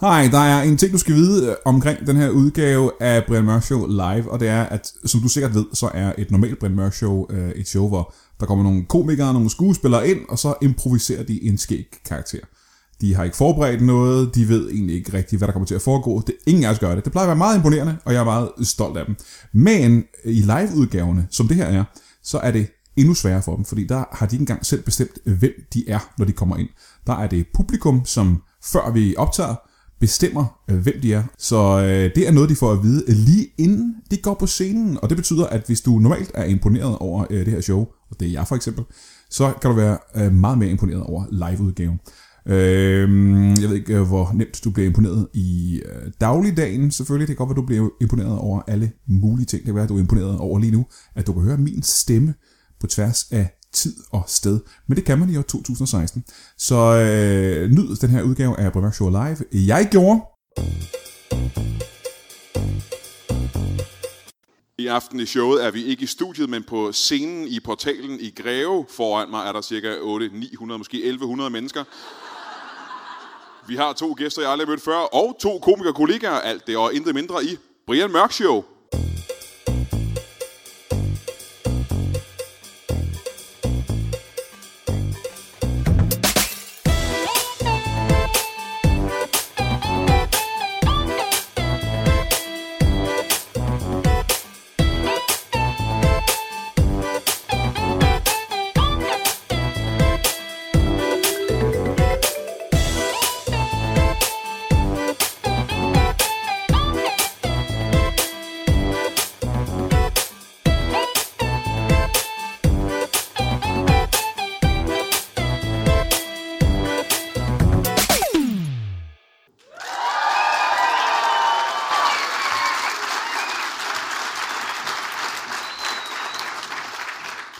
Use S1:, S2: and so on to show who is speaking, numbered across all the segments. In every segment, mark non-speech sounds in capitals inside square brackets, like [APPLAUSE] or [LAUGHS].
S1: Hej, der er en ting, du skal vide øh, omkring den her udgave af Brian Mørk Show live, og det er, at som du sikkert ved, så er et normalt Brian Mørk Show øh, et show, hvor der kommer nogle komikere, nogle skuespillere ind, og så improviserer de en skæg karakter. De har ikke forberedt noget, de ved egentlig ikke rigtigt, hvad der kommer til at foregå. Det, ingen af os gør det. Det plejer at være meget imponerende, og jeg er meget stolt af dem. Men i live-udgaverne, som det her er, så er det endnu sværere for dem, fordi der har de ikke engang selv bestemt, hvem de er, når de kommer ind. Der er det publikum, som før vi optager, bestemmer, øh, hvem de er. Så øh, det er noget, de får at vide øh, lige inden de går på scenen. Og det betyder, at hvis du normalt er imponeret over øh, det her show, og det er jeg for eksempel, så kan du være øh, meget mere imponeret over liveudgaven. Øh, jeg ved ikke, øh, hvor nemt du bliver imponeret i øh, dagligdagen selvfølgelig. Det kan godt være, du bliver imponeret over alle mulige ting. Det kan være, at du er imponeret over lige nu, at du kan høre min stemme på tværs af tid og sted. Men det kan man i år 2016. Så øh, nyd den her udgave af Brian Mørk Show Live. Jeg gjorde...
S2: I aften i showet er vi ikke i studiet, men på scenen i portalen i Greve. Foran mig er der cirka 8, 900, måske 1100 mennesker. Vi har to gæster, jeg aldrig har mødt før, og to komikere kollegaer. Alt det og intet mindre i Brian Mørk Show.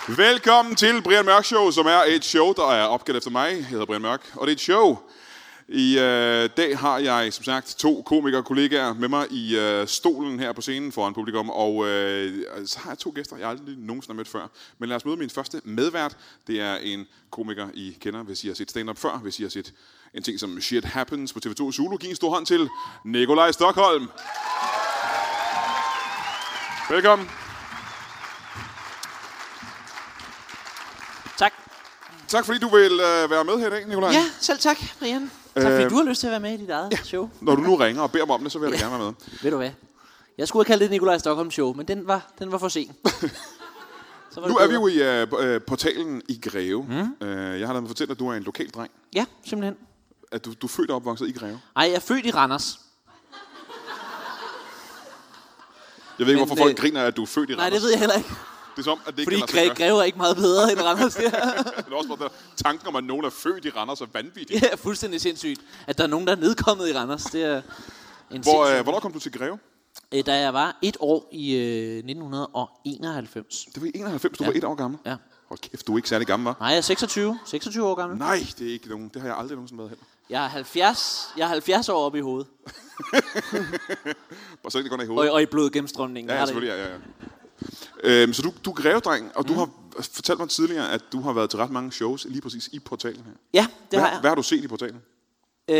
S2: Velkommen til Brian Mørk Show, som er et show, der er opkaldt efter mig. Jeg hedder Brian Mørk, og det er et show. I øh, dag har jeg som sagt to komikere kollegaer med mig i øh, stolen her på scenen foran publikum, og øh, så har jeg to gæster, jeg aldrig nogensinde har mødt før. Men lad os møde min første medvært. Det er en komiker, I kender, hvis I har set stand-up før, hvis I har set en ting som Shit Happens på TV2 Zulu. Giv en stor hånd til Nikolaj Stockholm. Velkommen.
S3: Tak.
S2: Tak fordi du vil øh, være med her i dag, Nikolaj.
S3: Ja, selv tak, Brian. Tak fordi
S2: Øh,
S3: du har lyst til at være med i dit eget ja. show.
S2: Når du nu ringer og beder mig om det, så vil jeg da gerne være med.
S3: Ved du hvad? Jeg skulle have kaldt det Nikolaj Stockholm Show, men den var, den var for [LAUGHS] sen. Så var
S2: Nu
S3: det
S2: er vi
S3: bedre.
S2: jo i øh, p- øh, portalen i Greve. Mm. Øh, jeg har da fortalt, at du er en lokal dreng.
S3: Ja, simpelthen.
S2: At du, du er født og opvokset i Greve.
S3: Ej, jeg er født i Randers.
S2: Jeg ved ikke,
S3: Men,
S2: hvorfor folk
S3: øh,
S2: griner, at du er født i
S3: Nej,
S2: Randers.
S3: det ved jeg heller ikke.
S2: Det er som, om, at det ikke
S3: Fordi
S2: kan lade sig
S3: Gre-
S2: gøre.
S3: Greve er ikke meget bedre end [LAUGHS] Randers. Det er-
S2: [LAUGHS] Det er også bare der tanken om, at nogen er født i Randers er vanvittig.
S3: det er fuldstændig sindssygt, at der er nogen, der er nedkommet i Randers. Det er en
S2: Hvor, øh,
S3: sindssyg-
S2: hvornår kom du til Greve?
S3: Øh, Da jeg var et år i øh, 1991.
S2: Det var i 91, du ja. var et år gammel.
S3: Ja.
S2: Hold kæft, du er ikke særlig gammel, var?
S3: Nej, jeg er 26, 26 år gammel.
S2: Nej, det er ikke nogen. Det har jeg aldrig nogensinde været heller.
S3: Jeg er 70, jeg er 70 år oppe i hovedet.
S2: Bare så ikke det går ned i hovedet.
S3: Og, og i blodgennemstrømningen.
S2: Ja,
S3: Jeg
S2: ja
S3: har det-
S2: selvfølgelig. Ja, ja, ja. Øhm, så du, du er grevedreng, og du har fortalt mig tidligere, at du har været til ret mange shows lige præcis i portalen her.
S3: Ja, det har
S2: Hvad,
S3: jeg.
S2: hvad har du set i portalen?
S3: Øh,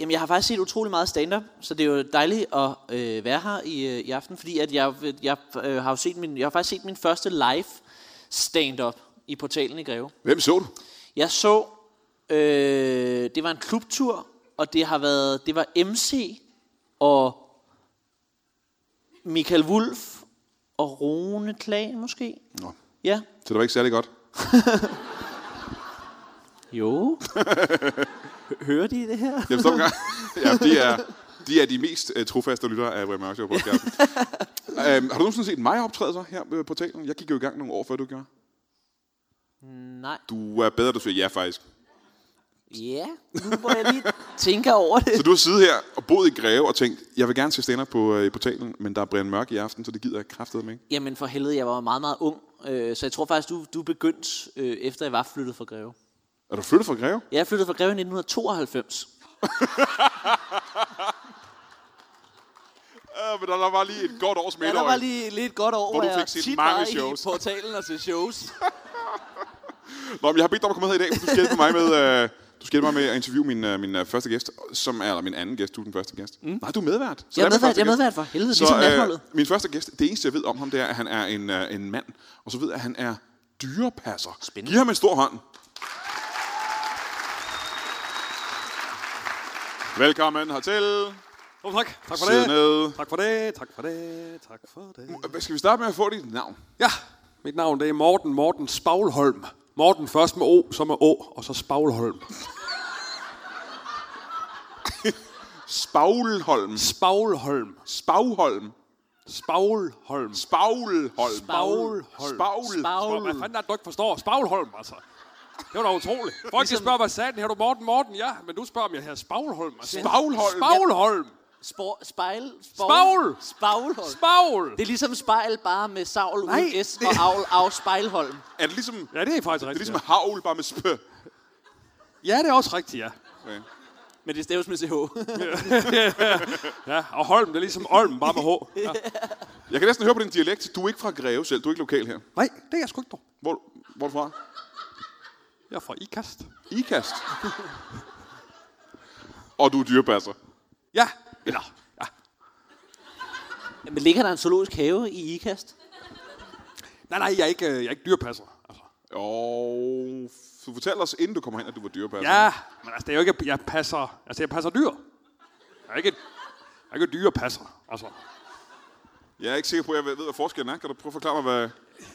S3: jamen, jeg har faktisk set utrolig meget stand-up, så det er jo dejligt at øh, være her i, øh, i aften, fordi at jeg, jeg, øh, har jo set min, jeg har faktisk set min første live stand-up i portalen i Greve.
S2: Hvem så du?
S3: Jeg så, øh, det var en klubtur, og det har været, det var MC og Michael Wulf og Rune Klag måske.
S2: Nå,
S3: Ja,
S2: så det var ikke særlig godt.
S3: jo. Hø- [LAUGHS] Hører de det her?
S2: Jeg forstår ikke [LAUGHS] engang. ja, de er, de er de mest uh, trofaste lyttere af Brian Mørk Show [LAUGHS] podcasten. øhm, har du nogensinde set mig optræde så her øh, på portalen? Jeg gik jo i gang nogle år før du gjorde.
S3: Nej.
S2: Du er bedre, du siger ja faktisk.
S3: Ja, nu må jeg lige tænke over det.
S2: Så du har siddet her og boet i Greve og tænkt, jeg vil gerne se stand på øh, i portalen, men der er Brian Mørk i aften, så det gider jeg kraftedeme ikke.
S3: Jamen for helvede, jeg var meget, meget ung. Øh, så jeg tror faktisk, du, du begyndte, øh, efter jeg var flyttet fra Greve.
S2: Er du flyttet fra Greve?
S3: Jeg flyttede fra Greve i 1992.
S2: Ja, Øh, men der, der var lige et godt års
S3: Ja,
S2: middag.
S3: der var lige lidt godt over,
S2: Hvor du
S3: jeg
S2: fik set
S3: tit
S2: mange
S3: var
S2: shows.
S3: i portalen og til shows.
S2: Nå, men jeg har bedt dig om at komme med her i dag, for du skal hjælpe mig med øh, Du skal hjælpe mig med at interviewe min, øh, min øh, første gæst, som er eller min anden gæst, du er den første gæst. Mm. Nej, du er medvært. Så
S3: Jeg er
S2: lad mig
S3: medvært,
S2: første
S3: jeg er
S2: gæst.
S3: medvært for helvede, ligesom natholdet.
S2: øh, min første gæst, det eneste jeg ved om ham, det er, at han er en, øh, en mand. Og så ved jeg, at han er dyrepasser.
S3: Spændende.
S2: Giv ham en stor hånd. Velkommen hertil.
S4: Jo, tak. Tak for
S2: Sid
S4: det.
S2: ned.
S4: Tak for det. Tak for det. Tak for det.
S2: Hvad Skal vi starte med at få dit navn?
S4: Ja, mit navn det er Morten Morten Spaglholm. Morten først med O, så med Å, og så Spaglholm.
S2: Spaulholm.
S4: Spaglholm.
S2: Spagholm.
S4: Spaglholm.
S2: Spaulholm.
S4: Spaglholm.
S2: Spaul.
S3: Spaul.
S4: Hvad fanden er det, du ikke forstår? Spaglholm, altså. Det var da utroligt. Folk de
S3: Ligesom-
S4: spørger, hvad sagde den? Her du Morten Morten? Ja, men du spørger, om jeg hedder Spaglholm. Altså.
S2: Spaglholm.
S4: Spaglholm.
S3: Spor, spejl,
S4: Spagl.
S3: Spavlhold.
S4: Spagl.
S3: Det er ligesom spejl, bare med savl uden
S4: Nej,
S3: S og avl af spejlholm.
S2: Er det ligesom, det
S4: Ja, det er faktisk
S2: er
S4: rigtigt.
S2: ligesom havl, bare med spø?
S4: ja. ja, det er også rigtigt, ja.
S2: Okay.
S3: Men det staves med CH.
S4: Ja, og Holm, det er ligesom Olm, bare med
S2: [LAUGHS]
S4: H. Ja.
S2: Jeg kan næsten høre på din dialekt. Du er ikke fra Greve selv. Du er ikke lokal her.
S4: Nej, det er jeg sgu ikke, dog.
S2: Hvor, hvor er du fra?
S4: Jeg er fra Ikast.
S2: Ikast. Og du er dyrepasser.
S4: Ja, eller... Ja.
S3: [LAUGHS] Men ligger der en zoologisk have i Ikast?
S4: Nej, nej, jeg er ikke, øh, jeg er ikke dyrepasser. Altså.
S2: Og du fortalte os, inden du kom hen, at du var dyrepasser.
S4: Ja, men altså, det er jo ikke, at jeg passer... Altså, jeg passer dyr. Jeg er ikke, jeg er ikke dyrepasser. Altså.
S2: Jeg er ikke sikker på, at jeg ved, hvad forskellen er. Kan du prøve at forklare mig, hvad...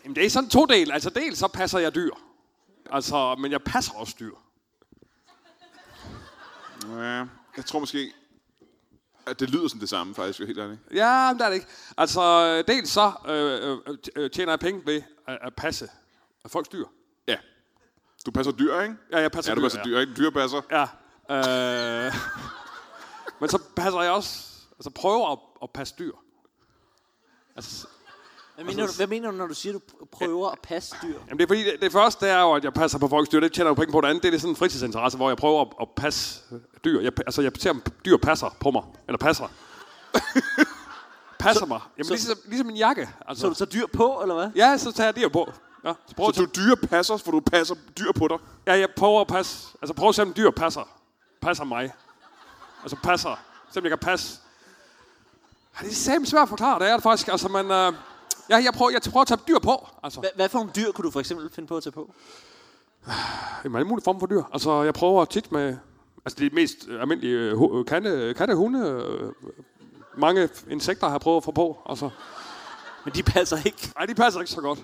S4: Jamen, det er sådan to del. Altså, dels så passer jeg dyr. Altså, men jeg passer også dyr.
S2: Ja, jeg tror måske, at det lyder sådan det samme, faktisk. Helt ærligt.
S4: Ja, men det er det ikke. Altså, øh, dels så øh, øh, t- øh, tjener jeg penge ved at, at passe folks dyr.
S2: Ja. Du passer dyr, ikke?
S4: Ja, jeg passer
S2: ja, du
S4: dyr,
S2: passer dyr, ikke? Dyrepasser.
S4: Ja. Øh, [LAUGHS] men så passer jeg også... Altså, prøver at, at passe dyr. Altså,
S3: Hvad mener, du, hvad mener du, når du siger, du pr- prøver at passe dyr?
S4: Jamen det er fordi, det, det første det er jo, at jeg passer på folks dyr. Det tjener jeg jo penge på. Det andet, det er sådan en fritidsinteresse, hvor jeg prøver at, at passe dyr. Jeg, altså, jeg ser, om dyr passer på mig. Eller passer. passer så, mig. Jamen,
S3: så-
S4: så, ligesom, ligesom en jakke. Altså.
S3: Så du
S4: Så,
S3: tager dyr på, eller hvad?
S4: ja, så tager jeg dyr på. Ja, så prøver
S2: Så du dyrepasser, for du passer dyr på dig.
S4: ja, jeg prøver at passe. Altså, prøver at se, om dyr passer. Passer mig. Altså, passer. Se, om jeg kan passe. Ja, Det er simpelthen svært at forklare. Det er det faktisk. Altså, man... Øh, ja, jeg prøver, jeg prøver at tage dyr på. Altså.
S3: Hva- Hvad for nogle dyr kunne du for eksempel finde på at tage på?
S4: Jamen, alle mulige former for dyr. Altså, jeg prøver tit med... Altså, det mest øh, almindelige øh, hu- øh, katte, katte, hunde, øh, mange f- insekter har jeg prøvet at få på. Altså,
S3: Men de passer ikke.
S4: nej, de passer ikke så godt.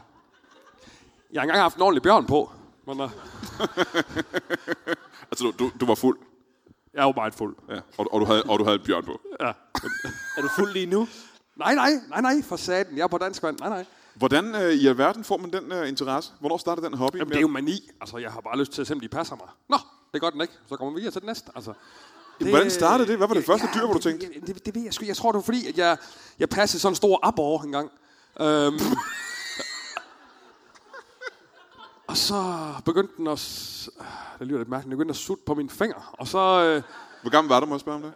S4: Jeg har engang haft en ordentlig bjørn på, men uh,
S2: Altså, du, du, du var fuld.
S4: jeg er jo meget fuld.
S2: Ja. Og, og, du havde, og du havde et bjørn på.
S4: Ja.
S3: Er du fuld lige nu?
S4: Nej, nej, nej, nej, for satan. Jeg er på dansk vand. Nej, nej.
S2: Hvordan øh, i alverden får man den øh, interesse? Hvornår starter den hobby?
S4: Jamen, det er jo mani. Altså, jeg har bare lyst til at se, om de passer mig. Nå, det gør den ikke. Så kommer vi videre til den næste. Altså, det,
S2: hvordan startede det? Hvad var det første dyr, hvor du
S4: det-
S2: tænkte?
S4: Det, det, det ved jeg sgu. Jeg tror, det var fordi, at jeg, jeg passede sådan en stor abor en gang. Øhm, [LAUGHS] og så begyndte den at... s- ah, Det lyder lidt mærkeligt. Den begyndte at sutte på mine fingre. Og så... Øh,
S2: Hvor gammel var du, må jeg spørge om det?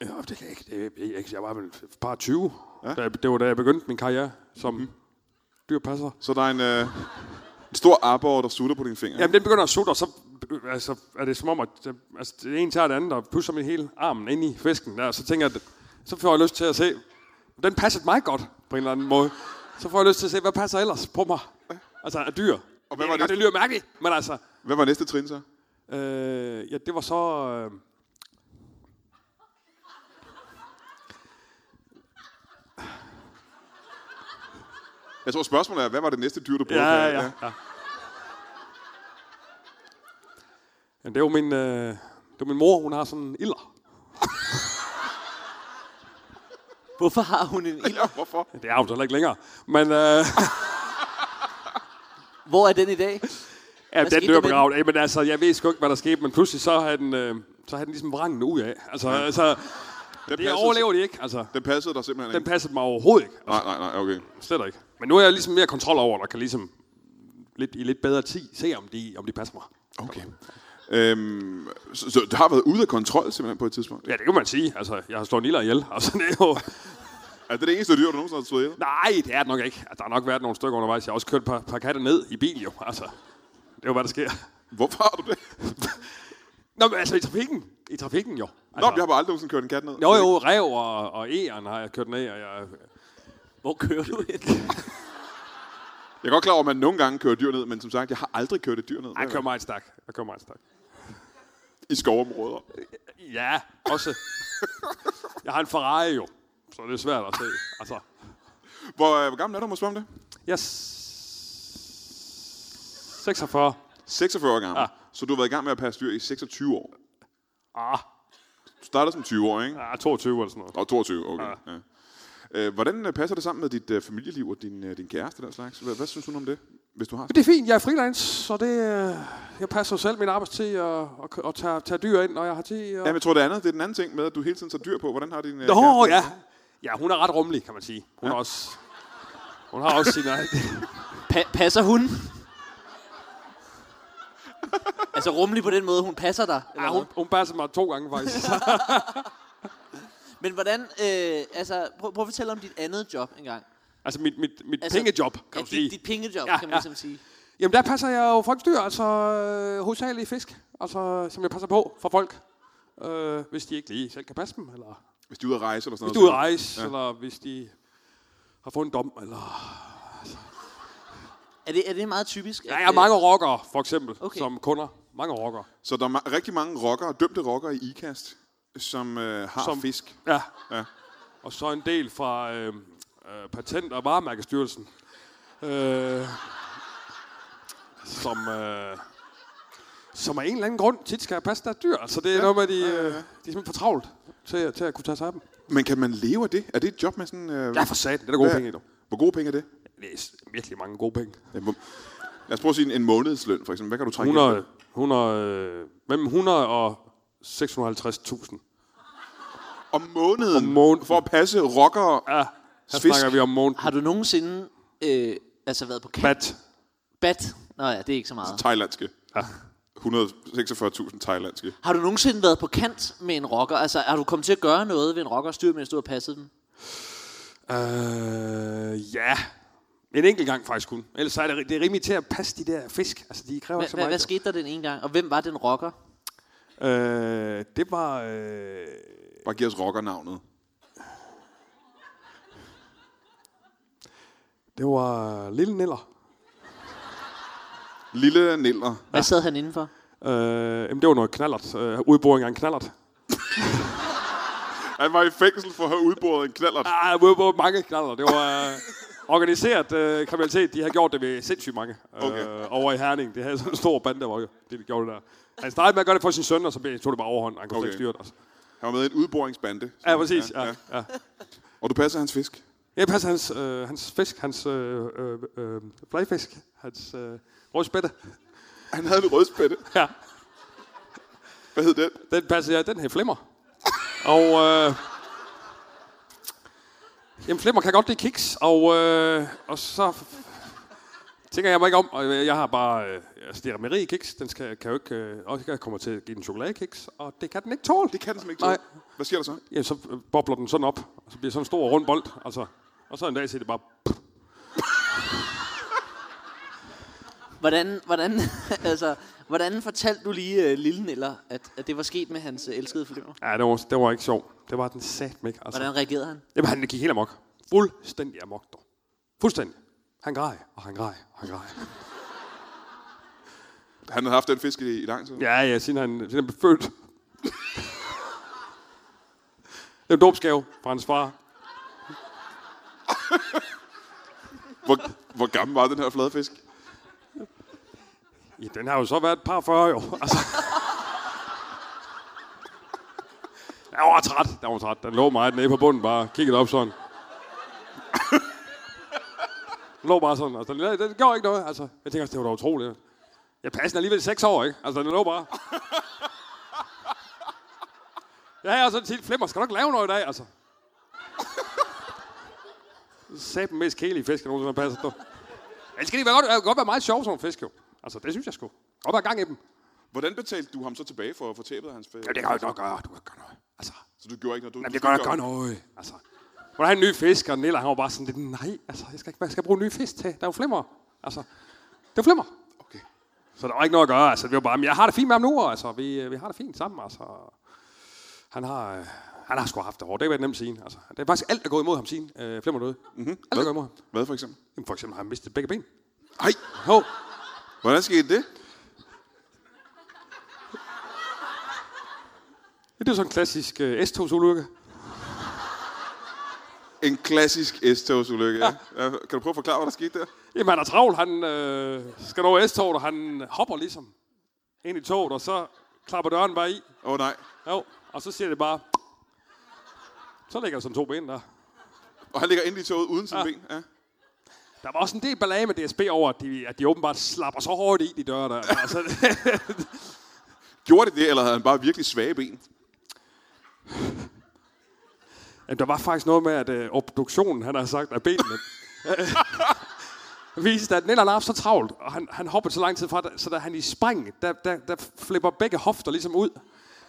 S4: ja, det kan jeg ikke. Det, jeg, jeg, jeg var vel et par 20. Ja. Da, jeg- det var da jeg begyndte min karriere som mm-hmm. dyrpasser.
S2: Så der er en, øh, en stor arbor, der sutter på dine fingre.
S4: Jamen, den begynder at sutte, og så øh, altså, er det som om, at øh, altså, det ene tager det andet, og pusser min hele armen ind i fisken der, og så tænker jeg, at- så får jeg lyst til at se, den passede mig godt på en eller anden måde. Så får jeg lyst til at se, hvad passer ellers på mig? Altså, af dyr.
S2: Og hvad
S4: Jeg
S2: var
S4: ved godt,
S2: det?
S4: det lyder mærkeligt, men altså,
S2: Hvad var næste trin så?
S4: øh, ja, det var så... Øh,
S2: Jeg tror, spørgsmålet er, hvad var det næste dyr, du prøvede?
S4: ja,
S2: på?
S4: ja, ja. Jamen, det er jo min, øh, det er min mor, hun har sådan en ilder.
S3: Hvorfor har hun en ild?
S2: ja. Hvorfor?
S4: Det er hun så heller ikke længere, men... Øh,
S3: Hvor er den i dag?
S4: Ja,
S3: skete
S4: den
S3: der
S4: dør
S3: med
S4: begravet. Jamen altså, jeg ved sgu ikke, hvad der skete, men pludselig så havde den, øh, så havde den ligesom vrangen ud af. Altså, ja. altså
S2: Den
S4: det overlever de ikke. Altså,
S2: Den passede dig simpelthen
S4: den
S2: ikke?
S4: passede mig overhovedet ikke.
S2: Nej, nej, nej, okay.
S4: Slet ikke. Men nu er jeg ligesom mere kontrol over, det, og kan ligesom lidt, i lidt bedre tid se, om de, om de passer mig.
S2: okay. Øhm, så, så det har været ude af kontrol simpelthen på et tidspunkt.
S4: Ja, det kan man sige. Altså, jeg har slået Niller ihjel. Altså, det er jo...
S2: Er det det eneste dyr, du nogensinde har slået ihjel?
S4: Nej, det er det nok ikke. Altså, der har nok været nogle stykker undervejs. Jeg har også kørt et par, par katte ned i bil, jo. Altså, det er jo, hvad der sker.
S2: Hvorfor har du det?
S4: Nå, men altså i trafikken. I trafikken jo.
S2: Nå,
S4: Altså,
S2: jeg har bare aldrig nogensinde kørt en kat ned.
S4: jo, jo, rev og, og æren har jeg kørt ned, og jeg...
S3: Hvor kører du hen?
S2: Jeg er godt klar over, at man nogle gange kører dyr ned, men som sagt, jeg har aldrig kørt et dyr ned.
S4: Ej, jeg kører meget stærk. Jeg kører meget stærk.
S2: I skovområder.
S4: Ja, [LAUGHS] også. Jeg har en Ferrari jo, så det er svært at se. Altså,
S2: Hvor, øh, hvor gammel er du, må jeg spørge om det?
S4: jeg... Yes. 46.
S2: 46 år gammel. Ja. Så du har været i gang med at passe dyr i 26 år.
S4: Ah,
S2: Du startede som 20 år, ikke?
S4: ah, 22 eller sådan noget.
S2: Og 22, okay. Ja. Øh, hvordan øh, passer det sammen med dit øh, familieliv og din, øh, din kæreste og den slags? Hvad, hvad synes hun om det, hvis du har
S4: Men det er fint, jeg er freelance, så det, øh, jeg passer selv min arbejdstid og, og, og tager, tager dyr ind, når jeg har tid. Og...
S2: Ja, men jeg tror det andet, det er den anden ting med, at du hele tiden tager dyr på. Hvordan har din øh,
S4: Nå,
S2: kæreste-
S4: ja. Ja, hun er ret rummelig, kan man sige. Hun, ja. er også, hun har også sin egen...
S3: Pa- passer hun? altså rummelig på den måde, hun passer dig. eller
S4: [LAUGHS] Ja, hun,
S3: hvad?
S4: hun passer mig to gange, faktisk. [LAUGHS]
S3: Men hvordan, øh, altså, prøv, prøv at fortælle om dit andet job engang.
S4: altså, mit, mit, mit
S3: Altså,
S4: altså, pengejob, kan
S3: ja,
S4: man sige.
S3: Dit, dit pengejob, ja,
S4: Ja,
S3: kan man
S4: ja.
S3: ligesom sige.
S4: Jamen, der passer jeg jo folks dyr, altså øh, hovedsageligt fisk, altså, som jeg passer på for folk. Øh, hvis de ikke lige selv kan passe dem, eller
S2: Hvis du er ude at rejse eller sådan
S4: hvis de er
S2: noget.
S4: ude at rejse, ja. eller hvis de har fået en dom, eller...
S3: Er det, er det meget typisk?
S4: Ja,
S3: at,
S4: jeg har
S3: øh,
S4: mange rockere, for eksempel,
S3: Okay.
S4: okay. som kunder. Mange rockere.
S2: Så der er ma- rigtig mange rockere, dømte rockere i IKAST, som øh, har som...
S4: Som-
S2: fisk.
S4: Ja.
S2: Ja.
S4: Og så en del fra øh, øh, Patent- og Varemærkestyrelsen. Øh, som, øh, som af en eller anden grund tit skal passe deres dyr. Altså, det er ja. noget med, at de, øh, de er simpelthen for travlt til, at- til at kunne tage sig af dem.
S2: Men kan man leve af det? Er det et job med sådan... Øh...
S4: Ja, for satan. Det er da gode
S2: Ja.
S4: penge, i dog.
S2: Hvor gode penge er det?
S4: Det er s- virkelig mange gode penge.
S2: Ja, hvor... Lad os prøve at sige en, en månedsløn, for eksempel. Hvad kan du trække ind
S4: 100, 100, øh, mellem 100 og 650.000.
S2: på? Om måneden, om måneden,
S4: måneden.
S2: for at passe rockere. Ja.
S4: Ja, her
S2: Fisk.
S4: snakker vi om måneden.
S3: Har du nogensinde øh, altså været på kat?
S4: Bat.
S3: Bat? Nå ja, det er ikke så meget.
S2: Thailandske. Ja. 146.000 thailandske.
S3: Har du nogensinde været på kant med en rocker? Altså, har du kommet til at gøre noget ved en rockers dyr, mens du har passet dem?
S4: Øh, ja. En enkelt gang faktisk kun. Ellers så er det, ri- det er rimeligt til at passe de der fisk. Altså, de kræver ikke så
S3: Hva, hva,
S4: meget.
S3: hvad skete der den ene gang? Og hvem var den rocker?
S4: Øh, det var... Øh,
S2: Bare giv os rockernavnet.
S4: det var Lille Niller.
S2: Lille Niller.
S3: Hvad sad han indenfor?
S4: Øh, jamen, det var noget knallert. Øh, udboring af en knallert.
S2: Han var i fængsel for at have udboret en knallert.
S4: Ah, ude på mange knaller. Det var øh, organiseret øh, kriminalitet. De har gjort det ved sindssygt mange øh,
S2: Okay.
S4: okay. over i Herning. Det havde sådan en stor bande, hvor det de gjorde det der. Han startede med at gøre det for sin søn, og så blev- tog det bare overhånd. Han kunne
S2: Okay.
S4: okay. ikke styre det. Altså.
S2: Han var med i en udboringsbande.
S4: Ja, præcis. Ja, ja. ja.
S2: Og du passer hans fisk.
S4: Jeg passer hans, øh, hans fisk, hans øh, øh, øh, blegfisk, hans øh, rødspætte.
S2: Han havde en rødspætte.
S4: Ja,
S2: Hvad hed den?
S4: den passer jeg. Den her flimmer. Og øh, jamen, flimmer kan godt lide kiks, og, øh, og så tænker jeg mig ikke om. Og jeg jeg har bare øh, altså, det er Marie kiks, den skal, kan jo ikke, øh, og jeg kommer til at give den chokoladekiks, og det kan den ikke tåle.
S2: Det kan den simpelthen ikke
S4: Nej.
S2: tåle. Hvad sker der så?
S4: Ja, så øh, bobler den sådan op, og så bliver sådan en stor rund bold, altså. Og så en dag siger det bare,
S3: Hvordan, hvordan, [LAUGHS] altså, hvordan fortalte du lige uh, Lille Niller, at, at det var sket med hans uh, elskede flimmer?
S4: ja, det var, det var ikke sjovt. Det var den sat ikke, altså.
S3: Hvordan reagerede han?
S4: Jamen, han gik helt amok. Fuldstændig amok, dog. Fuldstændig. Han græd, og han græd, og han græd.
S2: Han havde haft den fisk i, i lang tid.
S4: Ja, ja, siden han, siden han blev født. det er en dåbsgave fra hans far.
S2: Hvor, hvor gammel var den her fladfisk?
S4: Ja, den har jo så været et par 40 år. [LAUGHS] Altså. Jeg var træt. Jeg var træt. Den lå meget nede på bunden, bare kiggede op sådan. Den lå bare sådan. Altså, den, den gjorde ikke noget. Altså, jeg tænker også, det var da utroligt. Jeg passede den alligevel i seks år, ikke? Altså, den lå bare. Ja, jeg har sådan tit flimmer. Skal du ikke lave noget i dag, altså? Sæt den mest kælige fisk, jeg nogensinde har passet på. Ellers skal de være godt, øh, godt være meget sjove som fisk, jo. Altså, det synes jeg sgu. Godt være gang i dem.
S2: Hvordan betalte du ham så tilbage for, for tabet af hans fisk?
S4: Ja, det kan jeg godt gøre. Du kan gøre noget. Altså,
S2: Så du gjorde ikke noget? Du,
S4: jamen,
S2: du
S4: det gør
S2: fik
S4: jeg gøre noget. Altså, hvor der er en ny fisk, og Nilla, han var bare sådan lidt, nej, altså, jeg skal ikke, hvad skal jeg bruge en ny fisk til? Der er jo flimmer. Altså, det er jo flimmer.
S2: Okay.
S4: Så der var ikke noget at gøre. Altså, vi var bare, men jeg har det fint med ham nu, altså. Vi, øh, vi har det fint sammen, altså. Han har, øh, han har sgu haft det hårdt. Det kan være nemt siden. Altså. Det er faktisk alt, der er gået imod ham siden. Øh, Flemmer døde. Mm-hmm. Alt, der er gået imod ham.
S2: Hvad for eksempel?
S4: Jamen, for eksempel har han mistet begge ben.
S2: Ej,
S4: Hov.
S2: hvordan skete det?
S4: Det er jo sådan en klassisk øh, S-togsulykke.
S2: En klassisk S-togsulykke. Ja. Ja, Kan du prøve at forklare, hvad der skete der?
S4: Jamen, han er travlt. Han øh, skal over S-toget, og han hopper ligesom ind i toget, og så klapper døren bare i.
S2: Åh oh, nej.
S4: Jo, og så siger det bare... Så ligger der som to ben der.
S2: Og han ligger inde i toget uden sin ja. ben. Ja.
S4: Der var også en del ballage med DSB over, at de, at de åbenbart slapper så hårdt i de døre der. Altså, [LAUGHS]
S2: Gjorde det det, eller havde han bare virkelig svage ben?
S4: jamen, der var faktisk noget med, at øh, obduktionen, han har sagt, af benene, [LAUGHS] øh, viste, at Nell har haft så travlt, og han, han hoppede så lang tid fra, det, så da han i spring, der, der, der flipper begge hofter ligesom ud.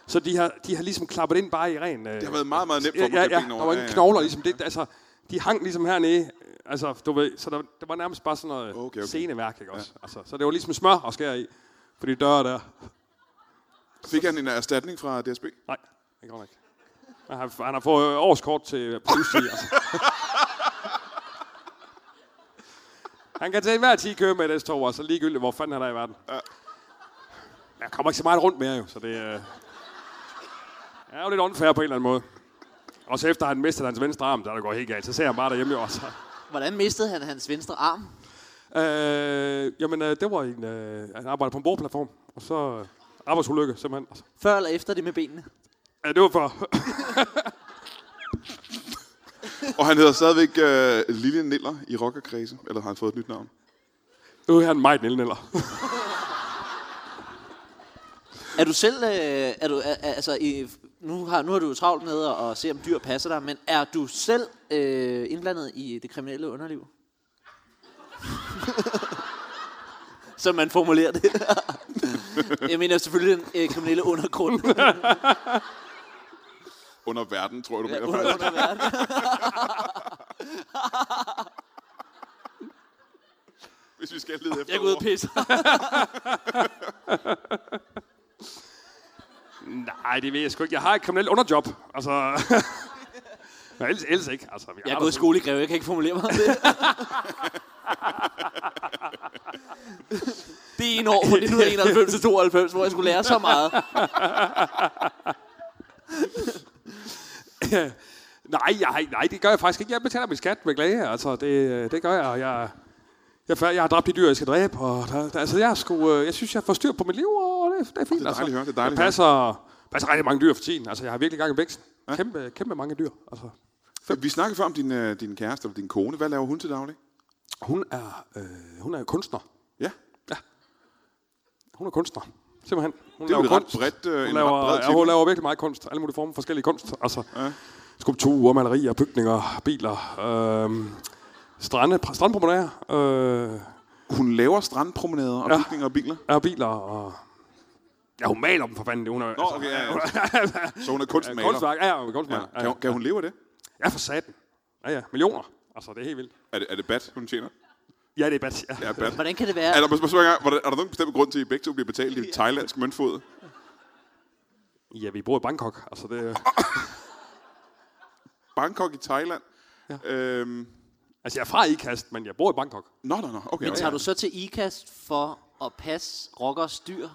S4: Så de har, de har ligesom klappet ind bare i ren... Øh, det
S2: har været meget, meget nemt for
S4: ja,
S2: dem at
S4: ja,
S2: klappe
S4: ja,
S2: benene
S4: der
S2: over.
S4: var
S2: Ja,
S4: ingen
S2: ja.
S4: knogler ligesom. Det, altså, de hang ligesom hernede. øh, Altså, du ved, så der, det var nærmest bare sådan noget
S2: Okay,
S4: okay,
S2: okay.
S4: okay. sceneværk, ikke også? Altså, så det var ligesom smør og skære i, for de døre der.
S2: Fik han en erstatning fra DSB?
S4: Nej, det går ikke. Han har, han har fået øh, årskort til Plusti. altså. Han kan til enhver tid køre med et S-tog, altså ligegyldigt, hvor fanden han er i verden. Ja. Jeg kommer ikke så meget rundt mere, jo, så det øh, er jo lidt unfair på en eller anden måde. Og så efter han mistede hans venstre arm, der er det går helt galt, så ser han bare derhjemme jo altså. også.
S3: Hvordan mistede han hans venstre arm?
S4: Øh, jamen, øh, det var en, øh, han arbejder på en boreplatform, og så øh, arbejdsulykke simpelthen. Altså.
S3: Før eller efter det med benene?
S4: Ja, det var for, [COUGHS]
S2: Og han hedder stadigvæk øh, Lille Niller i rockerkredse. Eller har han fået et nyt navn?
S4: nu er han meget nælden, eller?
S3: Er du selv, øh, er du, er, er- altså, i, nu, har, nu har du jo travlt med at, at se, om dyr passer dig, men er du selv øh, indblandet i det kriminelle underliv? [LAUGHS] Som man formulerer det. [LAUGHS] jeg mener selvfølgelig den øh, kriminelle undergrund.
S2: Under verden, tror jeg, du mener.
S3: under,
S2: faktisk.
S3: underverden.
S2: Hvis vi skal lede efter
S3: jeg går ud og
S2: ord.
S3: pisser.
S4: Nej, det ved jeg sgu ikke. Jeg har et kriminelt underjob. Altså... [LAUGHS] Nej, ellers, ellers ikke. Altså, vi
S3: Jeg
S4: har
S3: er
S4: da
S3: gået i
S4: sådan-
S3: skole i Greve, jeg kan ikke formulere
S4: [LAUGHS]
S3: mig om det. det er en år fra 1991 til 92, hvor jeg skulle lære så meget.
S4: [LAUGHS] Nej, jeg, har ikke- nej, det gør jeg faktisk ikke. Jeg betaler min skat med glæde. Altså, det, det gør jeg. og Jeg, jeg, jeg, jeg har dræbt de dyr, jeg skal dræbe. Og der, der, altså, jeg, sgu, øh, jeg synes, jeg får styr på mit liv, og det, det er fint.
S2: dejligt
S4: altså.
S2: at høre, det er dejligt
S4: jeg passer, passer rigtig mange dyr for tiden. Altså, jeg har virkelig gang i væksten. Kæmpe, kæmpe mange dyr. Altså,
S2: Vi snakkede før om din, øh, din kæreste eller din kone. Hvad laver hun til daglig?
S4: hun, er, øh, hun er kunstner.
S2: Ja,
S4: Hun er kunstner. Simpelthen. Hun
S2: Det er jo
S4: laver
S2: et ret
S4: kunst.
S2: bredt, øh, en ret
S4: hun laver,
S2: bred
S4: ja,
S2: titel.
S4: hun laver virkelig meget kunst. Alle mulige former for forskellige kunst. Altså, ja. Skulpturer, malerier, bygninger, biler, øh, strande, pr- strandpromenader, øh,
S2: hun laver strandpromenader og
S4: Ja.
S2: bygninger og biler.
S4: er biler og... Ja, hun maler dem for fanden. Hun er, Nå,
S2: okay, ja, ja. Så hun er kunstmaler.
S4: Kunstværk, ja, hun er
S2: Ja.
S4: kunstmaler.
S2: Kan, hun- kan hun leve af det?
S4: Ja, for satan. Ja, ja, millioner. Altså, det er helt vildt.
S2: Er det, er det bat, hun tjener?
S4: Ja, det er bad. Ja.
S2: Ja, bat.
S3: Hvordan kan det være?
S2: Er der, må, må, er, der, er der nogen bestemt grund til, at I begge to bliver betalt i thailandsk møntfod?
S4: ja, vi bor i Bangkok. Altså, det,
S2: Bangkok i Thailand? Ja. Øhm,
S4: altså, jeg er fra IKAST, men jeg bor i Bangkok.
S2: nå, nå, nå. Okay,
S3: Men tager
S2: okay.
S3: du så til IKAST for at passe rockers dyr?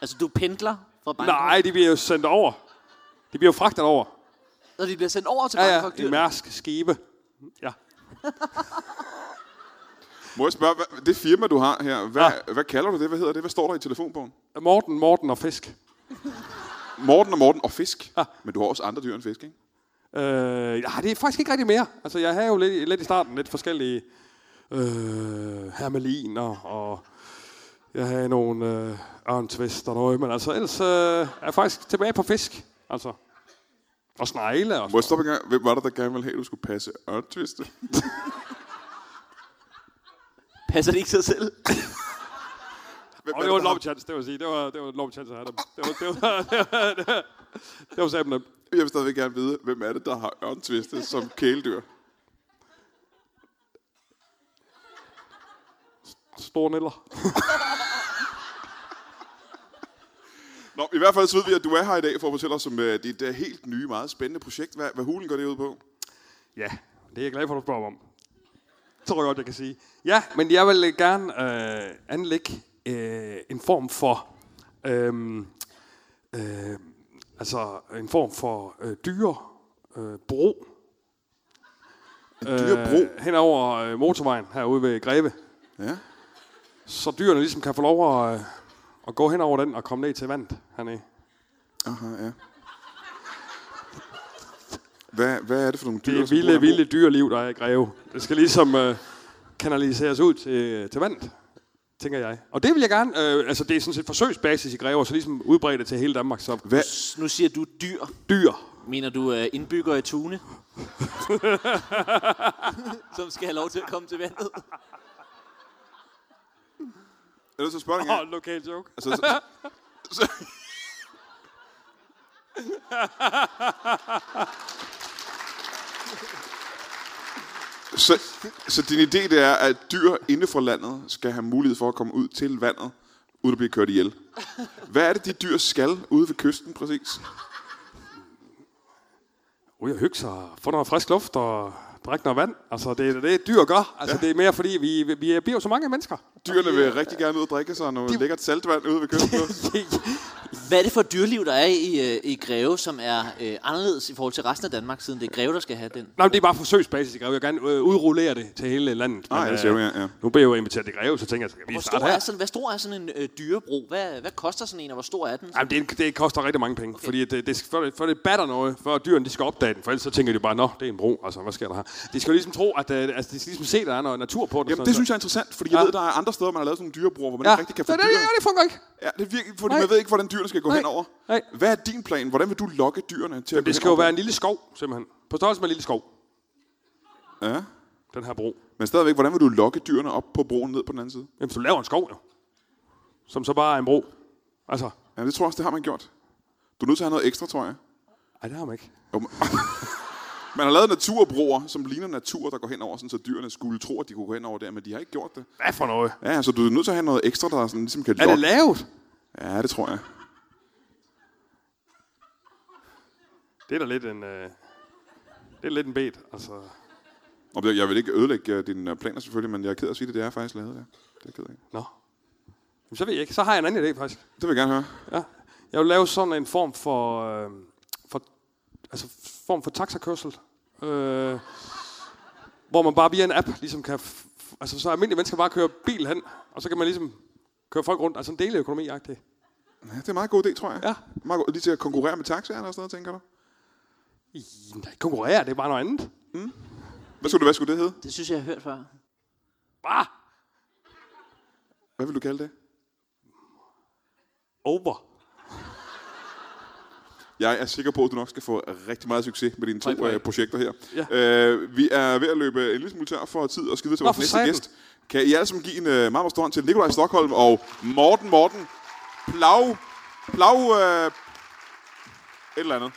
S3: Altså, du pendler fra Bangkok,
S4: Nej, de bliver jo sendt over. De bliver jo fragtet over.
S3: og de bliver sendt over til
S4: Ja,
S3: Bangkok
S4: ja, i
S3: dyr.
S4: Mærsk skibe. Ja.
S2: Må jeg spørge, hvad, det firma, du har her, hvad, ja. hvad kalder du det? Hvad hedder det? Hvad står der i telefonbogen?
S4: Morten, Morten og fisk.
S2: Morten og Morten og fisk. Ja. Men du har også andre dyr end fisk, ikke?
S4: Øh, ja, det er faktisk ikke rigtig mere. Altså, jeg havde jo lidt, lidt i starten lidt forskellige øh, hermeliner, og jeg havde nogle øh, ørntvister og noget, men altså, ellers øh, er jeg faktisk tilbage på fisk. Altså, og snegle og
S2: Må jeg stoppe en gang? Hvem var det, der gerne ville have, at du skulle passe ørntviste?
S3: Passer det ikke sig selv?
S2: Hvem
S4: Og
S2: er
S4: det var en
S2: der
S4: lov chance, det vil sige. Det var, det var en lov chance at have dem. Det var, det var, det var, det var, det var sammen nemt.
S2: har- Jeg vil stadigvæk gerne vide, hvem er det, der har ørntviste som kæledyr?
S4: Store niller.
S2: Nå, i hvert fald så ved vi, at du er her i dag for at fortælle os om øh, dit øh, helt nye, meget spændende projekt. Hvad, hvad hulen går det ud på?
S4: Ja, det er jeg glad for, at du spørger om. Tror jeg godt, jeg kan sige. Ja, men jeg vil øh, gerne øh, anlægge øh, en form for... Øh, øh, altså en form for øh, dyre øh, bro. En
S2: dyre bro?
S4: hen over øh, motorvejen herude ved Greve.
S2: Ja.
S4: Så dyrene ligesom kan få lov at, øh, at gå hen over den og komme ned til vandet hernede.
S2: Aha, Ah, ja. Hvad, hvad er det for nogle dyr?
S4: Det er
S2: som bor
S4: vilde,
S2: her?
S4: vilde dyreliv, der er i Greve. Det skal ligesom øh, kanaliseres ud til, til vandet, tænker jeg. Og det vil jeg gerne... Øh, altså, det er sådan set forsøgsbasis i Greve, og så ligesom udbredt det til hele Danmark. Så
S2: Hvad?
S3: Nu siger du dyr.
S4: dyr.
S3: Mener du øh, indbyggere i Tune? [LAUGHS] Som skal have lov til at komme til vandet.
S2: Er du så spørge dig en
S4: Åh,
S2: gang?
S4: oh, lokal joke.
S2: Altså, så, så, så, så din idé det er, at dyr inde fra landet skal have mulighed for at komme ud til vandet, uden at blive kørt ihjel. Hvad er det, de dyr skal ude ved kysten præcis?
S4: Ud og hygge sig, få noget frisk luft og drikke noget vand. Altså, det er det, dyr gør. Altså, ja. det er mere fordi, vi, vi bliver jo så mange mennesker.
S2: Dyrene vil rigtig gerne ud og drikke sig noget lækkert saltvand ude ved
S4: [LAUGHS]
S2: kysten.
S3: Hvad er det for et dyreliv, der er i, øh, i Greve, som er øh, anderledes i forhold til resten af Danmark, siden det er Greve, der skal have den?
S4: Nej, men det er bare forsøgsbasis i Greve. Jeg vil gerne øh, udrullere det til hele landet.
S2: Nej,
S4: Men,
S2: det Ah, siger
S4: øh,
S2: vi, ja, ja.
S4: Nu bliver jeg jo inviteret til Greve, så tænker jeg, så kan vi
S3: Hvor
S4: starte
S3: stor
S4: her.
S3: er sådan, hvad stor er sådan en øh, dyrebro? Hvad, hvad koster sådan en, og hvor stor er den?
S4: Jamen, det, det koster rigtig mange penge, okay. fordi det, det, før, det, før det batter noget, før dyrene de skal opdage den, for ellers så tænker de bare, nå, det er en bro, altså, hvad sker der her? De skal jo ligesom tro, at øh, altså, de skal ligesom se, at der er noget natur på den.
S2: Jamen, det synes jeg er interessant, fordi jeg
S4: Ja.
S2: ved, der er andre steder, man har lavet sådan nogle dyrebroer, hvor man ikke rigtig kan få
S4: det, det,
S2: dyrene-
S4: ja, det fungerer ikke.
S2: Ja, det er virkelig, fordi
S4: Nej.
S2: man ved ikke, hvordan dyrene skal gå
S4: Nej.
S2: henover.
S4: Nej.
S2: Hvad er din plan? Hvordan vil du lokke dyrene til at gå
S4: Det skal jo
S2: henover?
S4: være en lille skov, simpelthen. På størrelse med en lille skov,
S2: Ja.
S4: den her bro.
S2: Men stadigvæk, hvordan vil du lokke dyrene op på broen ned på den anden side?
S4: Jamen, så du laver en skov, jo. Som så bare er en bro. Altså,
S2: Ja, det tror jeg også, det har man gjort. Du er nødt til at have noget ekstra, tror jeg.
S4: ej, det har man ikke.
S2: Jo, man- [LAUGHS] Man har lavet naturbroer, som ligner natur, der går hen over, sådan, så dyrene skulle tro, at de kunne gå hen over der, men de har ikke gjort det.
S4: Hvad for noget?
S2: Ja, så du er nødt til at have noget ekstra, der sådan, ligesom kan
S4: Er det
S2: lokke.
S4: lavet?
S2: Ja, det tror jeg.
S4: Det er da lidt en... Øh, det er lidt en bed, altså.
S2: Og jeg- jeg vil ikke ødelægge øh, dine øh, planer selvfølgelig, men jeg er ked af at sige det, det er faktisk lavet der. Det er jeg ked af.
S4: Nå. Jamen, så ved jeg ikke. Så har jeg en anden idé, faktisk.
S2: Det vil jeg gerne høre.
S4: Ja. Jeg vil lave sådan en form for, øh, for altså form for taxakørsel, øh, hvor man bare via en app ligesom kan, f- f- altså så almindelige mennesker bare kører bil hen, og så kan man ligesom køre folk rundt, altså en deleøkonomi -agtig.
S2: Ja, det er en meget god idé, tror jeg.
S4: Ja.
S2: Meget god. Lige til at konkurrere med taxaerne og sådan noget, tænker du?
S4: I, nej, konkurrere, det er bare noget andet.
S2: Hvad skulle det, hvad skulle det hedde?
S3: Det synes jeg, jeg har hørt før.
S4: Bare
S2: Hvad vil du kalde det?
S4: over.
S2: Jeg er sikker på, at du nok skal få rigtig meget succes med dine to
S3: Hej, hej.
S2: øh, projekter her.
S4: Ja.
S2: Øh, vi er ved at løbe en lille smule tør for tid og skide til vores
S4: Nå, for
S2: næste
S4: satan.
S2: gæst. Kan I alle sammen give en øh, meget, meget stor hånd til Nikolaj Stockholm og Morten Morten Plav... Plav... Øh, et eller andet.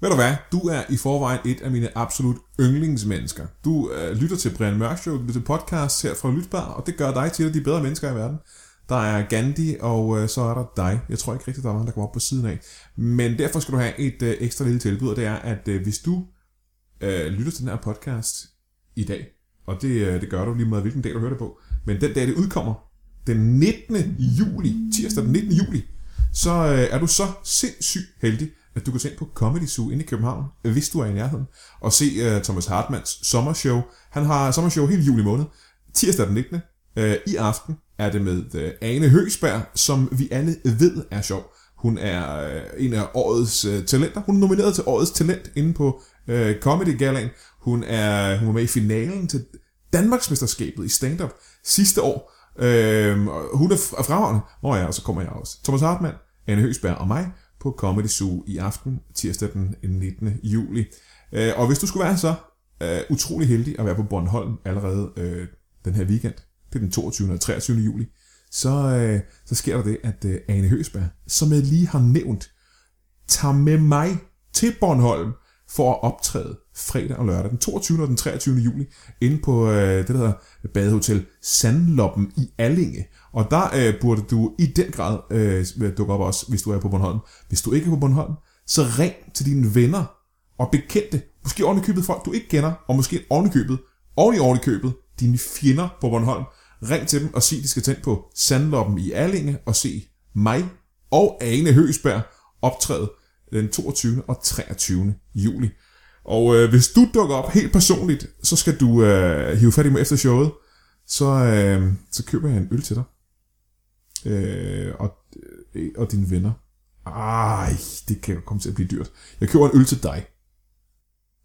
S1: Ved du hvad? Du er i forvejen et af mine absolut yndlingsmennesker. Du øh, lytter til Brian Mørk Show, du lytter til podcasts her fra Lytbar, og det gør dig til et af de bedre mennesker i verden. Der er Gandhi, og øh, så er der dig. Jeg tror ikke rigtig, der er mange, der kommer op på siden af. Men derfor skal du have et øh, ekstra lille tilbud, og det er, at øh, hvis du øh, lytter til den her podcast i dag, og det, øh, det gør du lige med, hvilken dag du hører det på, men den dag, det udkommer, den 19. juli, tirsdag den 19. juli, så øh, er du så sindssygt heldig, at du kan se ind på Comedy Zoo inde i København, øh, hvis du er i nærheden, og se øh, Thomas Hartmanns sommershow. Han har sommershow hele juli måned, tirsdag den 19. Øh, I aften er det med øh, Ane Høgsberg, som vi alle ved er sjov. Hun er øh, en af årets øh, talenter. Hun er nomineret til årets talent inde på øh, Comedy Galaen. Hun er, hun var med i finalen til Danmarksmesterskabet i stand-up sidste år. Øh, og hun er fr- fremragende. Nå ja, og så kommer jeg også. Thomas Hartmann, Anne Høgsberg og mig på Comedy Zoo i aften, tirsdag den 19. juli. Øh, og hvis du skulle være så øh, utrolig heldig at være på Bornholm allerede øh, den her weekend, det er den 22. og 23. juli, så, øh, så sker der det, at øh, Ane Høgsberg, som jeg lige har nævnt, tager med mig til Bornholm for at optræde fredag og lørdag, den 22. og den 23. juli, inde på øh, det, der hedder Badehotel Sandloppen i Allinge. Og der øh, burde du i den grad øh, dukke op også, hvis du er på Bornholm. Hvis du ikke er på Bornholm, så ring til dine venner og bekendte, måske ovenikøbet folk, du ikke kender, og måske ovenikøbet, oven i ovenikøbet, dine fjender på Bornholm. Ring til dem og sig, at de skal tænde på Sandloppen i Allinge og se mig og Ane Høsberg optræde den 22. og 23. juli. Og øh, hvis du dukker op helt personligt, så skal du øh, hive fat i mig efter showet, så, øh, så køber jeg en øl til dig. Øh, og, øh, og dine venner. Ej, det kan jo komme til at blive dyrt. Jeg køber en øl til dig.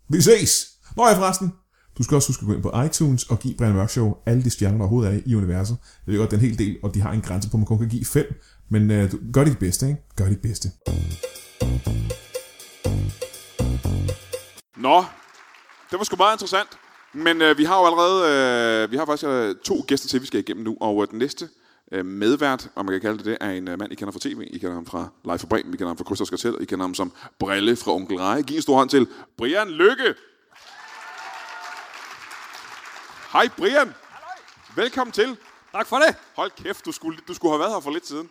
S1: Vi ses! Nå ja, forresten. Du skal også huske at gå ind på iTunes og give Brian Mørk Show alle de stjerner, der overhovedet er i universet. Jeg ved godt, den hel del, og de har en grænse på, at man kun kan give fem. Men øh, du, gør dit bedste, ikke? Gør dit bedste.
S2: Nå, det var sgu meget interessant. Men øh, vi har jo allerede, øh, vi har faktisk øh, to gæster til, vi skal igennem nu. Og øh, den næste øh, medvært, om man kan kalde det det, er en øh, mand, I kender fra tv. I kender ham fra Live fra Bremen, I kender ham fra Krysters Kartel, I kender ham som Brille fra Onkel Reje. Giv en stor hånd til Brian Lykke. Hej Brian. Velkommen til.
S4: Tak for det.
S2: Hold kæft, du skulle, du skulle have været her for lidt siden.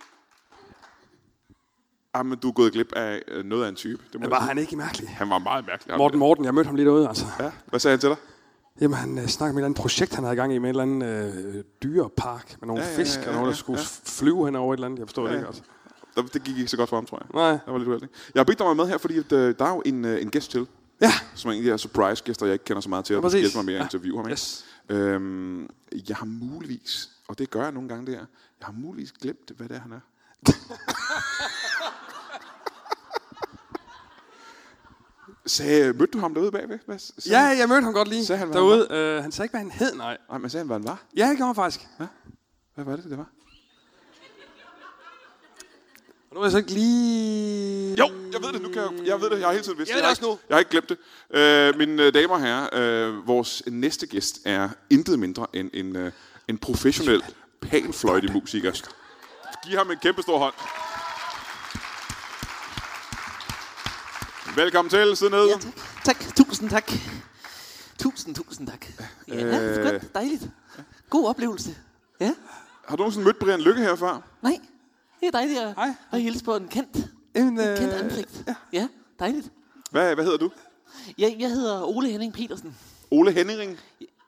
S2: Jamen, du er gået glip af øh, noget af en type. Det må
S4: Men
S2: jeg
S4: var
S2: sige.
S4: han ikke mærkelig?
S2: han var meget mærkelig. ham
S4: Morten Morten, jeg mødte ham lige derude, altså.
S2: der. Ja, hvad sagde han til dig?
S4: Jamen, han øh, snakkede om et eller andet projekt, han havde gang i med et eller andet øh, dyrepark med nogle ja, fisk, ja, ja, og nogen, der skulle ja. flyve hen over et eller andet. Jeg forstår ja, det ikke, altså.
S2: Der- Det gik ikke så godt for ham, tror jeg.
S4: Nej.
S2: Jeg var lidt uheldig. Jeg har bedt dig om at være med her, fordi at, øh, der er jo en, øh, en gæst til,
S4: Ja,
S2: som er en af de her surprise-gæster, jeg ikke kender så meget til, og du skal
S4: præcis.
S2: hjælpe mig med at interviewe ham. ikke?
S4: Yes.
S2: Øhm, jeg har muligvis, og det gør jeg nogle gange det her, jeg har muligvis glemt, hvad det er, [LAUGHS] han er. sagde, mødte du ham derude bagved? Hvad, s- sagde
S4: ja,
S2: han?
S4: jeg mødte ham godt lige
S2: Sagde han, hvad
S4: derude. Øh, han sagde ikke, hvad han hed, nej.
S2: Nej, men sagde han, hvad han var?
S4: Ja, jeg gjorde han faktisk.
S2: Hvad var det, det var?
S4: Og nu er jeg så ikke lige...
S2: Jo, jeg ved det nu. Kan jeg, jeg ved det. Jeg har hele tiden vidst
S4: Jeg ved
S2: har
S4: det også
S2: ikke- Jeg har ikke glemt det. Øh, mine øh, damer og herrer, øh, vores næste gæst er intet mindre end en, øh, en professionel palfløjtemusiker. Giv ham en kæmpe stor hånd. Velkommen til. Sid ned.
S3: Ja, tak. tak. Tusind tak. Tusind, tusind tak. Ja, øh... skønt. Dejligt. God oplevelse. Ja.
S2: Har du nogensinde mødt Brian Lykke her før?
S3: Nej. Det er dejligt at,
S4: Hej.
S3: at hilse på en kendt,
S4: Jamen,
S3: øh... kendt
S4: øh,
S3: ansigt. Ja. ja, dejligt.
S2: Hvad, hvad hedder du?
S3: Jeg, jeg hedder Ole Henning Petersen.
S2: Ole Henning.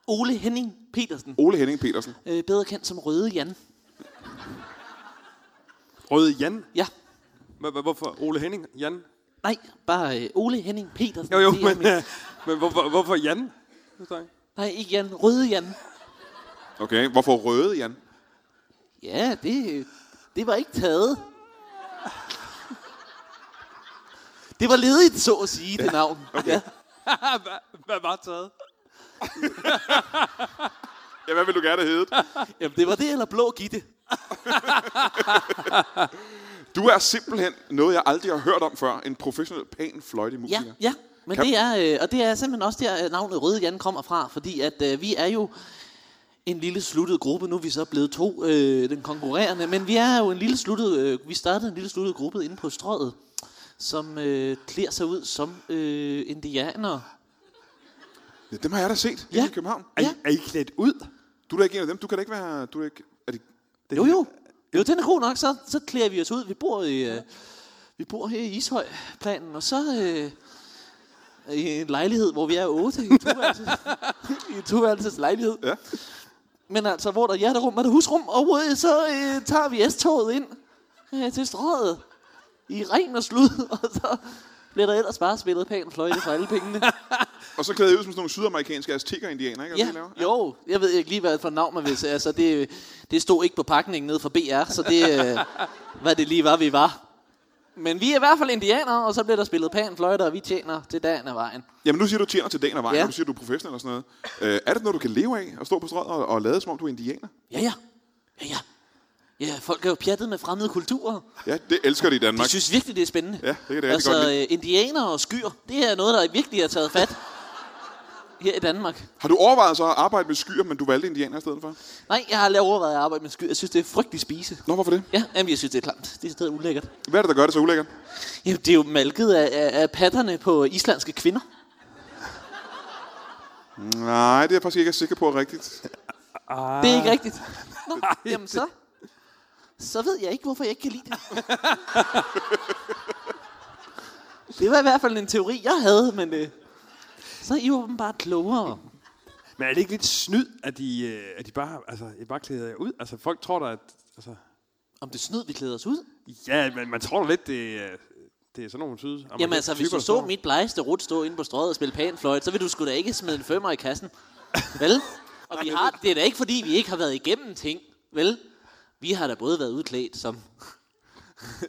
S3: Ole Henning Petersen.
S2: Ole Henning Petersen.
S3: Øh, bedre kendt som Røde Jan.
S4: Røde Jan.
S3: Ja.
S4: Hva- hva- Hvorfor Ole Henning? Jan?
S3: Nej, bare øh, Ole Henning Petersen.
S4: Jo, jo,
S3: Det er
S4: men,
S3: mit-
S4: øh, men hvorfor, hvorfor [LAUGHS] Jan? Forstår jeg ikke.
S3: Nej, ikke Jan. Røde Jan.
S2: Okay, hvorfor røde, Jan?
S3: Ja, det, øh, det var ikke taget. Det var ledigt, så at sige, det navn. Ja.
S4: Ah, Hva, hvad var taget?
S2: Ja, hvad vil du gerne have heddet?
S3: Jamen, det var det eller blå gitte.
S2: Du er simpelthen noget, jeg aldrig har hørt om før. En professionel panfløjtemusiker.
S3: Ja, ja. Men
S2: Kan-
S3: det er, øh, og det er simpelthen også der øh, navnet Røde Jan kommer fra, fordi at øh, vi er jo en lille sluttet gruppe. Nu er vi så blevet to, øh, den konkurrerende, men vi er jo en lille sluttet, øh, vi startede en lille sluttet gruppe inde på strøget, som øh, klæder sig ud som øh, indianere.
S2: Ja, dem har jeg da set lige
S3: Ja.
S2: ja. i København.
S4: Er,
S3: Ja.
S4: I, er I klædt ud?
S2: Du er da ikke en af dem. Du kan da ikke være... Du er ikke, er det,
S4: Det,
S3: Jo, jo. Jo, den er god nok. Så, så klæder vi os ud. Vi bor, i, øh, vi bor her i Ishøjplanen, og så øh, i en lejlighed, hvor vi er otte i en toværelses, [LAUGHS] i en toværelses lejlighed.
S2: Ja.
S3: Men altså, hvor der er hjerterum, er der husrum, og øh, så øh, tager vi S-toget ind øh, til strøget i ren og slud, [LAUGHS] og så bliver der ellers bare spillet pæn fløjte for alle pengene.
S2: og så klæder jeg ud som sådan nogle sydamerikanske azteker-indianer, ikke? Er det,
S3: Ja,
S2: I laver?
S3: jo, jeg ved ikke lige, hvad for et navn man vil sige. Altså, det, det stod ikke på pakningen nede for BR, så det, øh, hvad det lige var, vi var. Men vi er i hvert fald indianere, og så bliver der spillet panfløjter, og vi tjener til dagen af vejen.
S2: Jamen nu siger du, du tjener til dagen og vejen,
S3: Ja.
S2: ja. og du siger, du er professionel og sådan noget. Øh, er det noget, du kan leve af at stå på strøget og, og lade, som om du er indianer?
S3: Ja, ja. Ja, ja. Ja, folk er jo pjattet med fremmede kulturer.
S2: Ja, det elsker de i Danmark.
S3: Jeg synes virkelig, det er spændende.
S2: Ja, det kan jeg rigtig
S3: altså,
S2: godt lide.
S3: øh, indianere og skyer, det er noget, der virkelig er taget fat her i Danmark.
S2: Har du overvejet så at arbejde med skyer, men du valgte indianer i stedet for?
S3: Nej, jeg har aldrig overvejet at arbejde med skyer. Jeg synes, det er frygtelig spise.
S2: Nå, hvorfor det?
S3: Ja, jamen, jeg synes, det er klamt. Det er stadig ulækkert.
S2: Hvad er det, der gør det så ulækkert?
S3: Jamen, det er jo malket af, af, af patterne på islandske kvinder.
S2: Nej, det er jeg faktisk ikke sikker på er rigtigt.
S3: Det er ikke rigtigt. Ah. Nå, jamen så. Så ved jeg ikke, hvorfor jeg ikke kan lide det. det var i hvert fald en teori, jeg havde, men øh, så er I åbenbart klogere.
S4: Men er det ikke lidt snyd, at de, øh, at de bare, altså, I bare klæder jer ud? Altså, folk tror da, at... Altså,
S3: Om det er snyd, vi klæder os ud?
S4: ja, men man tror da lidt, det, er- det er sådan nogle syde.
S3: Jamen altså, hvis du så mit blegeste rut stå inde på strøget og spille panfløjt, så vil du sgu da ikke smide en femmer i kassen. Vel? Og vi har, det er da ikke, fordi vi ikke har været igennem ting. Vel? Vi har da både været udklædt som...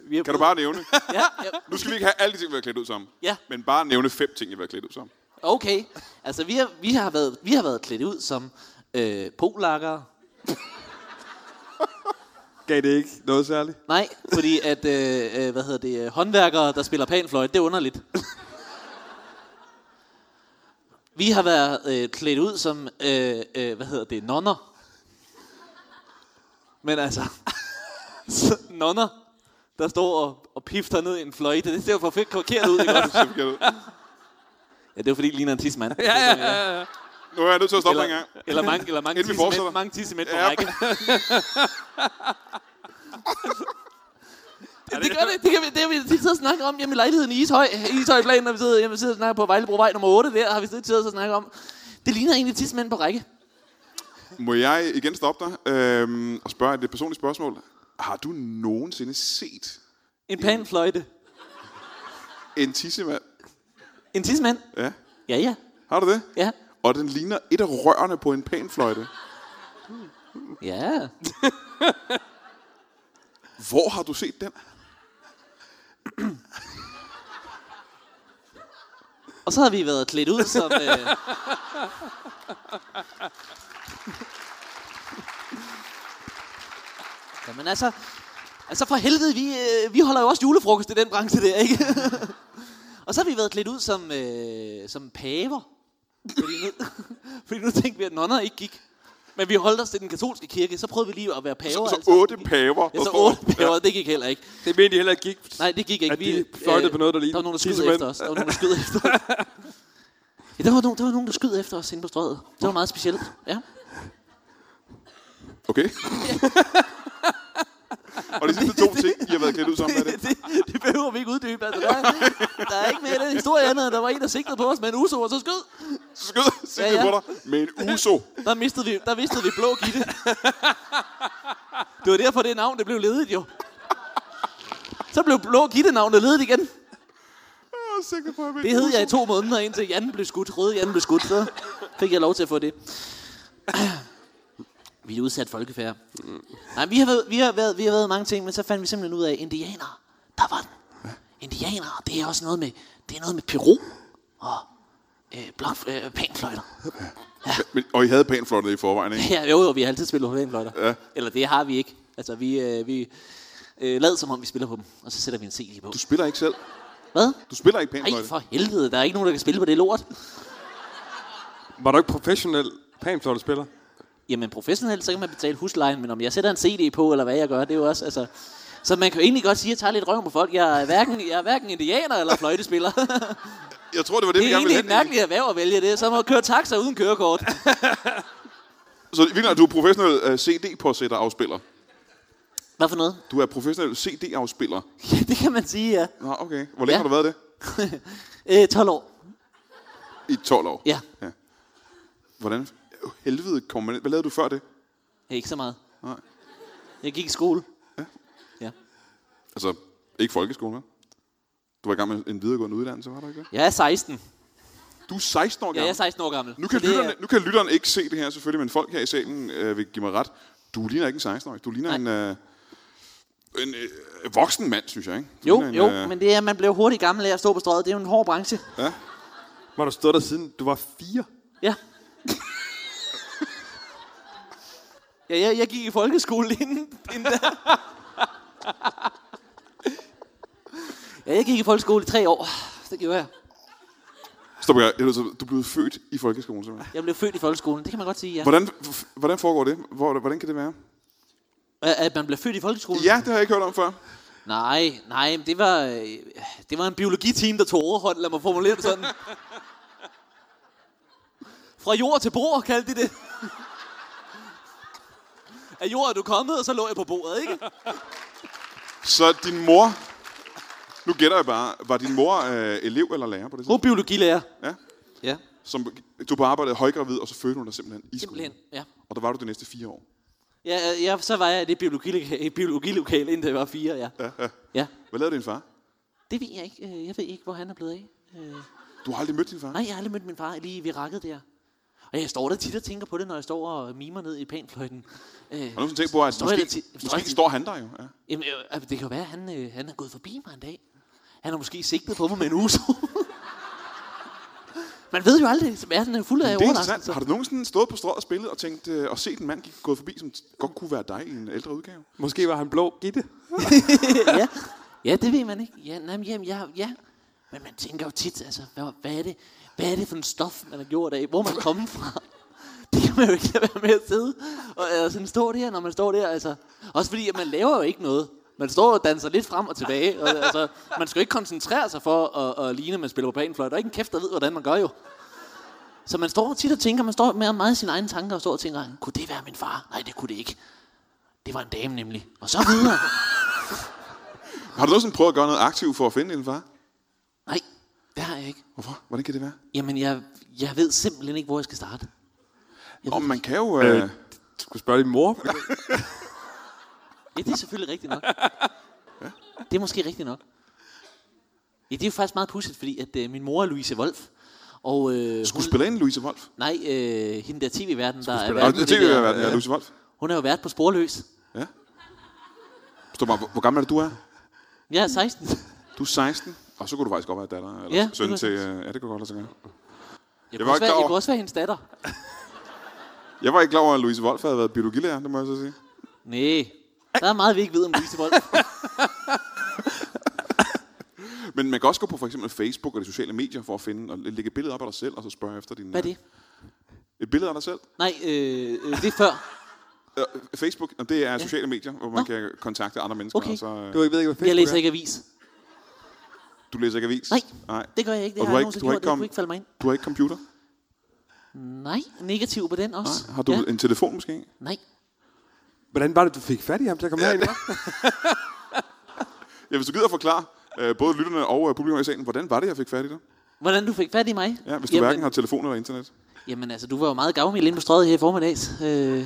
S3: vi har
S2: Kan du
S3: både-
S2: bare nævne?
S3: Ja, ja,
S2: Nu skal vi ikke have alle de ting, vi har klædt ud sammen.
S3: Ja.
S2: Men bare nævne fem ting, vi har klædt ud sammen.
S3: Okay, altså vi har, vi har, været, vi har været klædt ud som øh, polakker.
S4: Gav det ikke noget særligt?
S3: Nej, fordi at, øh, øh, hvad hedder det, øh, håndværkere, der spiller panfløjt, det er underligt. Vi har været øh, klædt ud som, øh, øh, hvad hedder det, nonner. Men altså, [LAUGHS] så nonner, der står og, og pifter ned i en fløjte, det ser jo forkert ud, ikke også?
S2: Så vi kan...
S3: Ja, det er jo fordi, det ligner en tidsmand.
S2: Nu er jeg nødt til at stoppe mig en
S3: Eller,
S2: gang.
S3: eller mange, eller mange
S2: Inden vi
S3: tissemænd,
S2: fortsætter.
S3: mange tissemænd på
S2: Ja. [LAUGHS]
S3: række. det, det gør det. Det, kan vi, det har vi tit siddet og snakket om hjemme i lejligheden i Ishøj. Ishøj plan, når vi sidder hjemme og sidder og snakker på Vejlebrovej nummer 8. Der har vi siddet og snakket om. Det ligner egentlig tissemænd på række.
S2: Må jeg igen stoppe dig øhm, og spørge et lidt personligt spørgsmål? Har du nogensinde set
S3: En panfløjte.
S2: en tissemand?
S3: En tissemand?
S2: Ja.
S3: Ja, ja.
S2: Har du det?
S3: Ja.
S2: Og den ligner et af rørene på en panfløjte.
S3: Ja.
S2: Hvor har du set den?
S3: Og så har vi været klædt ud som... Øh... Jamen altså... Altså for helvede, vi, øh, vi holder jo også julefrokost i den branche der, ikke? og så har vi været klædt ud som, øh, som paver. Fordi nu, fordi nu tænkte vi, at nonner ikke gik. Men vi holdt os til den katolske kirke, så prøvede vi lige at være paver.
S2: Så,
S3: alle
S2: så
S3: sammen.
S2: Altså otte paver.
S3: Ja, altså- så
S2: Hvorfor?
S3: otte paver, det gik heller ikke.
S4: Det mente de heller ikke gik.
S3: Nej, det gik ikke.
S4: At de fløjtede på noget, der lignede
S3: Der var nogen, der skød
S4: tissemænd.
S3: efter os. Der var nogen, der skød efter os. Ja, der var, nogen, der var nogen, der skød efter os inde på strøget. Det var meget specielt. Ja.
S2: Okay. og de sidste to ting, I har været klædt ud sammen, hvad er det?
S3: [LAUGHS] det, det behøver vi ikke uddybe. Altså, der, er, der er ikke mere i den historie andet, end der var en, der sigtede på os med en uso, og så skød.
S2: Skød sig
S3: Ja,
S2: ja,
S3: ja.
S2: ja. på dig med en uso.
S3: Der mistede vi, der mistede vi blå gitte. Det var derfor, det navn det blev ledet jo. Så blev blå gitte navnet ledet igen.
S2: Jeg er sikker på, at
S3: Det hed jeg i to måneder, indtil Jan blev skudt. Røde Jan blev skudt, så fik jeg lov til at få det. [CLEARS THROAT] Vi er et udsat folkefærd. Nej, vi har, været, vi, har været, vi har været mange ting, men så fandt vi simpelthen ud af, indianere, der var den. Indianere, det er også noget med, det er noget med Peru og øh, blok, øh, panfløjter. [LAUGHS]
S2: Men, og I havde panfløjtet i forvejen, ikke?
S3: Ja, jo, jo, vi har altid spillet på panfløjter. Ja. Eller det har vi ikke. Altså, vi, øh, vi øh, lader som om, vi spiller på dem, og så sætter vi en CD på.
S2: Du spiller ikke selv.
S3: Hvad?
S2: Du spiller ikke
S3: Ej,
S2: panfløjte.
S3: for helvede, der er ikke nogen, der kan spille på det lort.
S4: Var du ikke professionel panfløjtespiller?
S3: Jamen professionelt, så kan man betale huslejen, men om jeg sætter en CD på, eller hvad jeg gør, det er jo også, altså... Så man kan jo egentlig godt sige, at jeg tager lidt røven på folk. Jeg er hverken, jeg er hverken indianer
S2: [LAUGHS]
S3: eller fløjtespiller. det
S2: Jeg tror, det var det, vi
S3: er
S2: gerne ville
S3: egentlig et
S2: hen. i.
S3: mærkeligt erhverv at vælge det. Så må køre taxa uden
S2: [LAUGHS]
S3: kørekort.
S2: Så virkelig, at du er professionel uh, CD-påsætter-afspiller.
S3: Hvad for noget?
S2: Du er professionel CD-afspiller.
S3: Ja, det kan man sige, ja.
S2: Nå, okay. Hvor længe
S3: Ja.
S2: ja. har du været det?
S3: Øh, 12 år.
S2: I 12 år.
S3: Ja,
S2: Hvordan? Helvede kom man ind. Hvad lavede du før det?
S3: hey, ikke så meget.
S2: Nej.
S3: Jeg gik i skole. Ja.
S2: Altså, ikke folkeskole, vel? Du var i gang med en videregående uddannelse, var du ikke det?
S3: Jeg er 16.
S2: Du er 16 år
S3: Ja,
S2: gammel.
S3: jeg er 16 år gammel.
S2: Nu kan,
S3: Så det er-
S2: lytterne, nu kan lytteren ikke se det her selvfølgelig, men folk her i salen øh, vil give mig ret. Du ligner ikke en 16-årig. Du ligner
S3: Nej.
S2: en, øh, en øh, voksen mand, synes jeg. Ikke? Du
S3: Jo,
S2: ligner en, øh,
S3: jo, men det er, at man bliver hurtigt gammel af at stå på strøget. Det er jo en hård branche.
S4: Var du stået der siden du var fire?
S3: Ja. ja, jeg, jeg gik i folkeskole [LAUGHS] inden, inden da. ja, jeg gik i folkeskole i tre år. Det gjorde jeg.
S2: Stop, jeg, jeg, altså, du blev født i folkeskolen, simpelthen.
S3: Jeg blev født i folkeskolen, det kan man godt sige, ja.
S2: Hvordan, f- hvordan foregår det? Hvor, hvordan kan det være?
S3: At at man blev født i folkeskolen?
S2: Ja, det har jeg ikke hørt om før.
S3: Nej, nej, men det var, øh, det var en biologiteam, der tog overhånd, lad mig formulere det sådan. Fra jord til bord, kaldte de det. [LAUGHS] Af jord er du kommet, og så lå jeg på bordet, ikke?
S2: Så din mor... Nu gætter jeg bare. Var din mor øh, elev eller lærer på det
S3: Hun er biologilærer.
S2: Ja.
S3: Ja,
S2: Som, du på arbejde højgravid, og så fødte hun dig simpelthen i skolen.
S3: simpelthen. Ja.
S2: Og der var du de næste fire år.
S3: Ja, ja, ja, så var jeg i det biologilokale, i biologilokale indtil jeg var fire, ja. Ja, ja. ja.
S2: Hvad lavede din far?
S3: Det ved jeg ikke. Øh, Jeg ved ikke, hvor han er blevet af. Øh,
S2: Du har aldrig mødt din far?
S3: Nej, jeg har aldrig mødt min far lige ved rakket der. Og jeg står der tit og tænker på det, når jeg står og mimer ned i panfløjten. Øh,
S2: Har du nogensinde tænkt på, at
S3: Står jeg der
S2: måske,
S3: til- står jeg
S2: måske
S3: til-
S2: står han der jo? Ja.
S3: jamen, øh, altså, det kan jo være, at han, øh, han er gået forbi mig en dag. Han har måske sigtet på mig med en uso. [LAUGHS] Man ved jo aldrig, så verden er fuld af
S2: Det er
S3: overraskelser.
S2: interessant. Har du nogensinde stået på strået og spillet og tænkt øh, og set en mand gik gået forbi, som t- godt kunne være dig i en ældre udgave?
S4: Måske var han blå gitte.
S3: ja. [LAUGHS] ja, det ved man ikke. Ja, nej, men jamen, ja, ja. Men man tænker jo tit, altså, hvad, hvad, er det, hvad er det for en stof, man har gjort af? Hvor er man kommet fra? [LAUGHS] Det kan man jo ikke lade være med at sidde og øh, sådan stå der, når man står der. Altså. Også fordi, at man laver jo ikke noget. Man står og danser lidt frem og tilbage. Og, altså, man skal jo ikke koncentrere sig for at, at ligne, at man spiller på banefløjt. Der er ikke en kæft, der ved, hvordan man gør jo. Så man står tit og tænker, man står med meget i sine egne tanker og står og tænker, kunne det være min far? Nej, det kunne det ikke. Det var en dame nemlig. Og så videre.
S2: Har du nogensinde prøvet at gøre noget aktivt for at finde din far?
S3: Nej, det har jeg ikke.
S2: Hvorfor? Hvordan kan det være?
S3: Jamen, jeg, jeg ved simpelthen ikke, hvor jeg skal starte.
S2: Nå, men man kan jo... Øh,
S4: Øh, Du skulle spørge din mor.
S3: Ja, det er selvfølgelig rigtigt nok. Det er måske rigtigt nok. Ja, det er jo faktisk meget pudsigt, fordi at øh, min mor er Louise Wolf. Og øh, hun,
S2: Skuespiller ind Louise Wolf.
S3: nej, øh, hende der tv-verden, der er
S2: Nå,
S3: verden,
S2: det
S3: det
S2: er
S3: der,
S2: verden. Ja, Louise Wolf.
S3: hun har jo været på Sporløs.
S2: Ja. Stå bare, hvor- hvor gammel er det, du er?
S3: Jeg er 16.
S2: Du er 16, og så kunne du faktisk godt være datter eller
S3: Ja,
S2: søn
S3: det
S2: til...
S3: kunne jeg
S2: Øh, ja, det kunne godt lade sig gøre.
S3: Jeg
S2: var
S3: kunne, også
S2: ikke klar
S3: være, jeg
S2: over-
S3: kunne også være hendes datter.
S2: Jeg var ikke klar over, at Louise Wolf havde været biologilærer, det må jeg så sige.
S3: Nej, der er meget, vi ikke ved om Louise Wolf.
S2: Men man kan også gå på for eksempel Facebook og de sociale medier for at finde og lægge et billede op af dig selv, og så spørge efter din...
S3: Hvad er det?
S2: Et billede af dig selv.
S3: Nej, øh, øh, det er før.
S2: Øh, Facebook, og det er sociale medier, hvor man
S3: Nå.
S2: kan kontakte andre mennesker.
S3: Okay.
S2: Og så, øh,
S4: Du ved ikke, hvad Facebook
S3: Jeg læser
S4: er.
S3: ikke avis.
S2: du læser ikke avis?
S3: Nej,
S2: Nej.
S3: det gør jeg ikke. Det
S2: Og
S3: har
S2: du
S3: jeg
S2: har
S3: ikke,
S2: ikke-
S3: nogensinde
S2: du har
S3: gjort.
S2: ikke
S3: Det kunne
S2: kommet-
S3: ikke falde mig ind.
S2: Du har ikke computer?
S3: Nej, negativ på den også.
S2: Nej. Har du
S3: Ja.
S2: en telefon måske?
S3: Nej.
S4: Hvordan var det, du fik fat i ham til at komme ja, herind? hva'?
S2: Ja, hvis du gider forklare øh, både lytterne og øh, publikum i salen, hvordan var det, jeg fik fat i dig?
S3: Hvordan du fik fat i mig?
S2: Ja, hvis du hverken har telefon eller internet.
S3: Jamen altså, du var jo meget gavmild inde på strøget her i formiddags. Øh,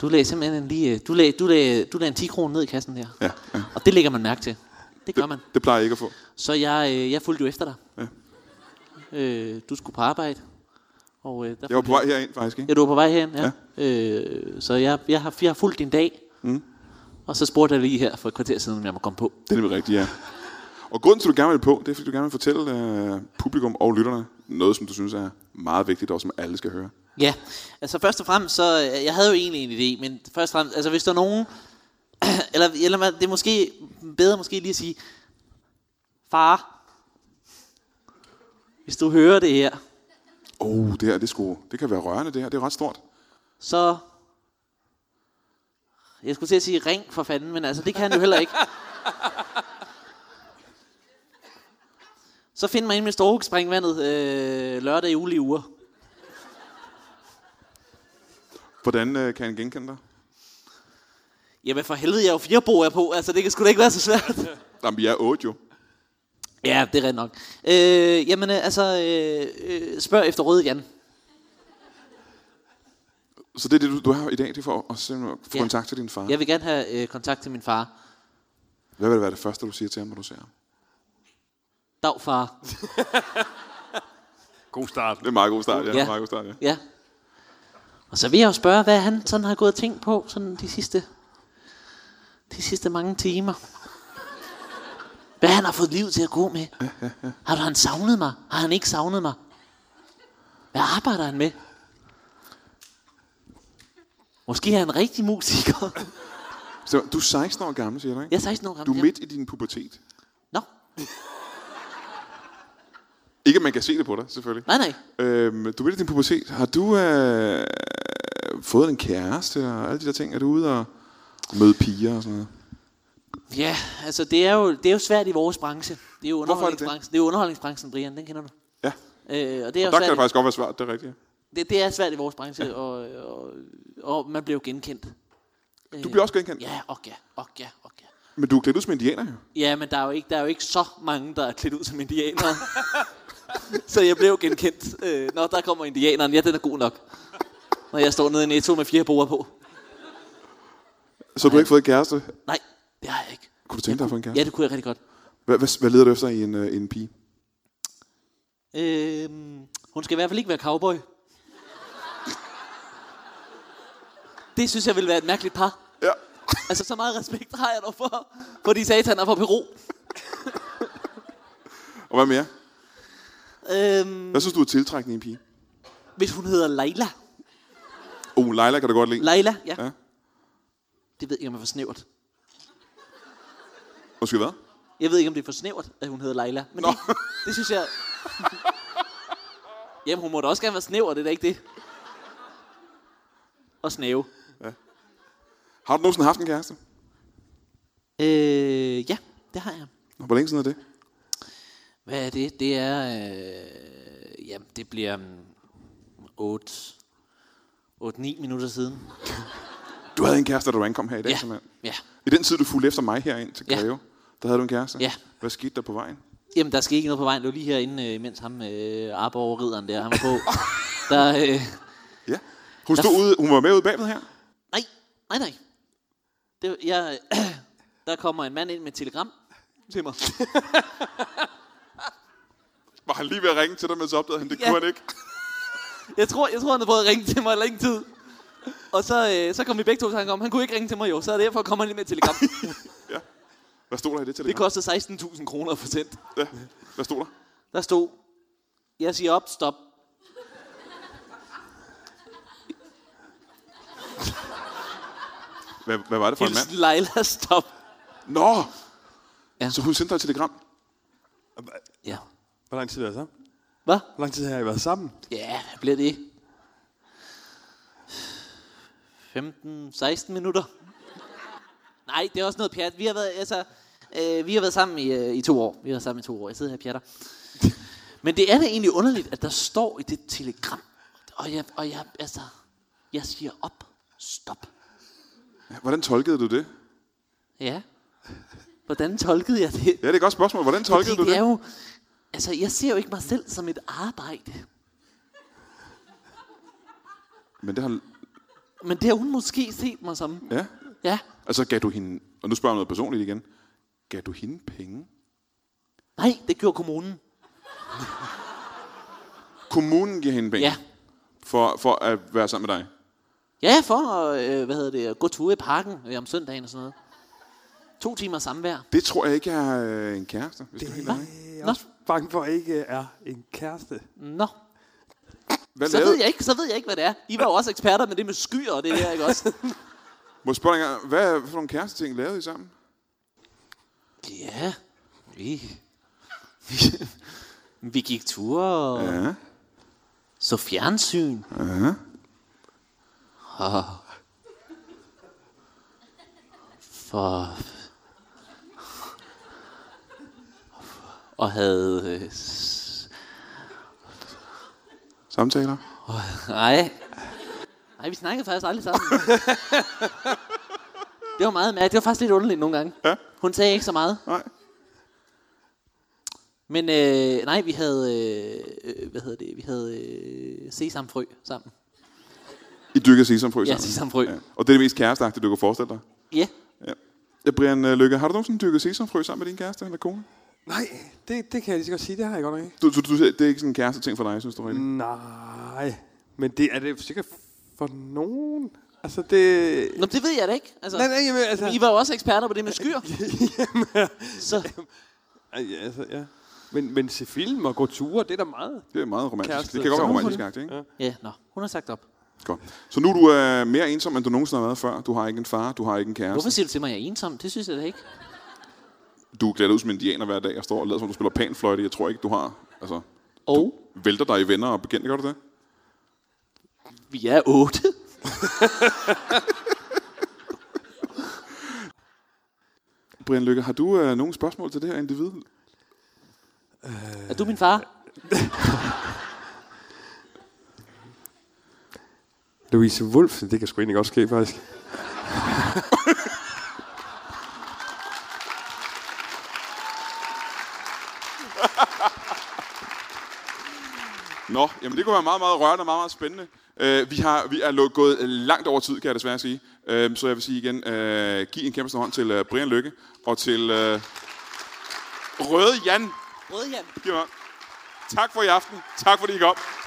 S3: du lagde simpelthen en lige... øh, Du lagde, du lagde, du lagde en 10 kroner ned i kassen her.
S2: Ja, ja.
S3: Og det lægger man mærke til. Det gør man.
S2: Det plejer jeg ikke at få.
S3: Så jeg, øh, jeg fulgte jo efter dig.
S2: Ja.
S3: Øh, du skulle på arbejde. Og, øh, der
S2: Jeg var på vej herind faktisk, ikke?
S3: Ja, du var på vej herind, ja. ja. Øh, så jeg, jeg, har, jeg har fulgt din dag. Mm. Og så spurgte jeg lige her for et kvarter siden, om jeg må komme på.
S2: Det er nemlig rigtigt, ja. Og grunden til, at du gerne vil på, det er, fordi du gerne vil fortælle øh, publikum og lytterne noget, som du synes er meget vigtigt, og som alle skal høre.
S3: Ja, altså først og fremmest, så øh, jeg havde jo egentlig en idé, men først og fremmest, altså hvis der er nogen, [CLEARS THROAT] eller, eller man- det er måske bedre måske lige at sige, far, hvis du hører det her,
S2: Åh, oh, det her, det, er sgu, det kan være rørende, det her. Det er ret stort.
S3: så, jeg skulle til at sige ring for fanden, men altså det kan han jo heller ikke. Så find mig inde med Storhug Springvandet øh, lørdag i ulige uger.
S2: Hvordan øh, kan han genkende dig?
S3: Jamen for helvede, jeg er jo fire boer på, altså det kan sgu da ikke være så svært.
S2: Jamen, jeg er otte jo.
S3: Ja, det er ret nok. Øh, jamen, øh, altså, øh, øh, spørg efter Røde Jan.
S2: Så det er det, du, du er her i dag, det er for at simpelthen få
S3: Ja.
S2: kontakt til din far.
S3: Jeg vil gerne have øh, kontakt til min far.
S2: Hvad vil det være det første, du siger til ham, når du ser ham?
S3: Dag, far.
S4: [LAUGHS] God start.
S2: Det er en meget god start, ja.
S3: Ja.
S2: ja. Meget god start, ja.
S3: Ja. Og så vil jeg jo spørge, hvad han sådan har gået og tænkt på sådan de sidste, de sidste mange timer. Hvad han har fået liv til at gå med. Har han savnet mig? Har han ikke savnet mig? Hvad arbejder han med? Måske er han en rigtig musiker.
S2: Så du er 16 år gammel, siger du, ikke?
S3: Jeg er 16 år gammel.
S2: Du er
S3: ja.
S2: midt i din pubertet.
S3: Nå,
S2: Ikke, at man kan se det på dig, selvfølgelig.
S3: nej, nej.
S2: Øhm, du er midt i din pubertet. Har du øh, fået en kæreste og alle de der ting? Er du ude og møde piger og sådan noget?
S3: Ja, altså det er jo, det er jo svært i vores branche. Det er jo
S2: Hvorfor er det det?
S3: underholdningsbranchen. Det? det er jo underholdningsbranchen, Brian, den kender du.
S2: Ja.
S3: Øh, og det er
S2: Der
S3: jo
S2: kan det
S3: svært,
S2: faktisk godt være svært, det er rigtigt.
S3: det, det er svært i vores branche, og, og, og man bliver jo genkendt. Øh,
S2: Du bliver også genkendt.
S3: Ja, og ja, og ja, og ja.
S2: Men du er klædt ud som indianer, jo.
S3: Ja, men der er, jo ikke, der er jo ikke så mange, der er klædt ud
S2: [LAUGHS]
S3: som indianere. så jeg blev genkendt. Øh, Nå, der kommer indianeren. Ja, den er god nok. Når jeg står nede i Netto med fire boer på.
S2: Så du har ikke fået en kæreste.
S3: Nej, det har jeg ikke.
S2: Kunne du tænke dig at få en
S3: Ja,
S2: kæreste?
S3: det kunne jeg rigtig godt.
S2: Hvad, hvad, hvad leder du efter i en, øh, en pige?
S3: Øh, hun skal i hvert fald ikke være cowboy. Det synes jeg ville være et mærkeligt par.
S2: Ja.
S3: Altså, så meget respekt har jeg dog for, for de sataner fra Peru.
S2: [LAUGHS] Og hvad mere?
S3: Øhm,
S2: Hvad synes du er tiltrækkende i en pige?
S3: hvis hun hedder Leila.
S2: Oh, Leila kan du godt lide.
S3: Leila, ja.
S2: Ja.
S3: ja. Det ved jeg ikke, om det er for snævert.
S2: Måske hvad?
S3: Jeg ved ikke, om det er for snævert, at hun hedder Leila. Men det, det, synes jeg... Jamen, hun må da også gerne være snæver, det er da ikke det. Og snæve.
S2: Har du nogensinde haft en kæreste?
S3: Øh, ja, det har jeg.
S2: Nå, Hvor længe siden er det?
S3: Hvad er det? Det er... Øh, jamen, det bliver... Um, 8... 8-9 minutter siden.
S2: Du havde en kæreste, da du ankom her i dag,
S3: Ja,
S2: simpelthen.
S3: ja.
S2: I den tid, du fulgte efter mig herind til
S3: Ja.
S2: Greve, der havde du en kæreste.
S3: Ja.
S2: Hvad skete der på vejen?
S3: Jamen, der skete ikke noget på vejen. Det var lige herinde, øh, mens ham øh, Arborg-ridderen der, han var på. der, øh,
S2: Ja. Hun,
S3: Der
S2: stod
S3: f-
S2: ude, hun var med ude bagved her.
S3: Nej, nej, nej. Det, jeg, [CLEARS THROAT] der kommer en mand ind med et telegram til mig.
S2: Var han lige ved at ringe til dig, men så opdagede han, det
S3: Ja.
S2: kunne han ikke.
S3: Jeg tror, jeg tror han havde prøvet at ringe til mig i lang tid. Og så, øh, så kom vi begge to i tanke om, han kunne ikke ringe til mig jo, så derfor kommer han ind med et telegram.
S2: Hvad stod der i det
S3: Det
S2: telegram?
S3: kostede 16.000 kroner for sendt.
S2: Ja. Hvad stod der?
S3: Der stod, jeg siger op, stop.
S2: Hvad, hvad var det for en mand?
S3: Hilsen Leila, stop.
S2: Nå!
S3: Ja.
S2: Så hun sendte dig et telegram.
S3: Ja.
S4: Hvor lang tid har I været sammen?
S3: Hvad?
S4: Hvor lang tid har I været sammen?
S3: Ja, hvad bliver det? 15-16 minutter. Nej, det er også noget pjat. Vi har været, altså, øh, vi har været sammen i, øh, i to år. Vi har været sammen i to år. Jeg sidder her og pjatter. Men det er da egentlig underligt, at der står i det telegram, og jeg, og jeg, altså, jeg siger op, stop.
S2: Ja, Hvordan tolkede du det?
S3: Ja. Hvordan tolkede jeg det?
S2: Ja, det er et godt spørgsmål. Hvordan tolkede
S3: Fordi
S2: du det?
S3: det er jo, altså, jeg ser jo ikke mig selv som et arbejde.
S2: Men det har...
S3: Men det har hun måske set mig som.
S2: Ja.
S3: Ja.
S2: Altså, gav du hende... Og nu spørger jeg om noget personligt igen. Gav du hende penge?
S3: Nej, det gjorde kommunen.
S2: Kommunen giver hende penge
S3: Ja.
S2: for, for at være sammen med dig.
S3: Ja, for at, øh, hvad hedder det, at gå tur i parken øh, om søndagen og sådan noget. To timer samvær.
S2: Det tror jeg ikke er øh, en kæreste, hvis det du er helt ærlig.
S4: Jeg er
S3: Nå.
S4: også bange for, at I ikke er en kæreste.
S3: Nå,
S2: Hvad
S3: så
S2: lavede,
S3: ved jeg ikke, så ved jeg ikke, hvad det er. I var jo også eksperter med det med skyer og det der, ikke også?
S2: Må jeg spørge dig engang, hvad for nogle kæreste ting lavede I sammen?
S3: ja, vi... vi, vi gik ture og ja.
S2: Ja.
S3: så fjernsyn. Ah.
S2: Ja.
S3: Og... For... Og havde... Øh, s-
S2: Samtaler?
S3: Nej. Nej, vi snakkede faktisk aldrig sammen.
S2: [LAUGHS]
S3: det var meget mærkeligt. Det var faktisk lidt underligt nogle gange.
S2: Ja.
S3: Hun sagde ikke så meget.
S2: Nej.
S3: Men øh, nej, vi havde, øh, øh, hvad hedder det, vi havde øh, sesamfrø sammen.
S2: I dykkede sesamfrø
S3: Ja,
S2: sammen?
S3: sesamfrø.
S2: Og det er det mest kæresteagtige, du kan forestille dig?
S3: Ja.
S2: Ja. ja Brian øh, Lykke, har du nogensinde dykket sesamfrø sammen med din kæreste eller kone?
S4: Nej, det, det kan jeg lige så godt sige. Det har jeg godt nok ikke.
S2: Du, du, du, det er ikke sådan en kæreste ting for dig, synes du rigtigt?
S4: Mm. Nej, men det er det sikkert for nogen. Altså det...
S3: Nå, det ved jeg da ikke. Altså,
S4: Nej, nej, jamen, altså...
S3: I var jo også eksperter på det med skyer. så
S4: [LAUGHS] Ej, ja, altså, ja. Men, men se film og gå ture, det er da meget.
S2: Det er meget romantisk.
S4: Kæreste.
S2: det kan godt være
S4: Samfund.
S2: romantisk agtigt, ikke? Ja.
S4: Ja.
S3: ja, nå, hun har sagt op.
S2: Godt. Så nu er du øh, mere ensom, end du nogensinde har været før. Du har ikke en far, du har ikke en kæreste.
S3: Hvorfor siger du til mig, at jeg er ensom? Det synes jeg da ikke.
S2: Du er klædt ud som indianer hver dag og står og lader, som om du spiller panfløjte. Jeg tror ikke, du har... Altså,
S3: Og
S2: vælter dig i venner og bekendte, gør du det?
S3: vi er otte.
S2: Brian Lykke, har du øh, nogle spørgsmål til det her individ?
S3: Er du min far?
S4: Louise Wolf, det kan sgu egentlig godt ske, faktisk.
S2: Nå, jamen det kunne være meget, meget rørende og meget, meget spændende. Øh, vi, har, vi er lå- gået langt over tid, kan jeg desværre sige. Øh, så jeg vil sige igen, øh, giv en kæmpe stor hånd til øh, Brian Lykke og til øh, Røde Jan.
S3: Rødhjem.
S2: Giv mig. Tak for i aften. Tak fordi I kom.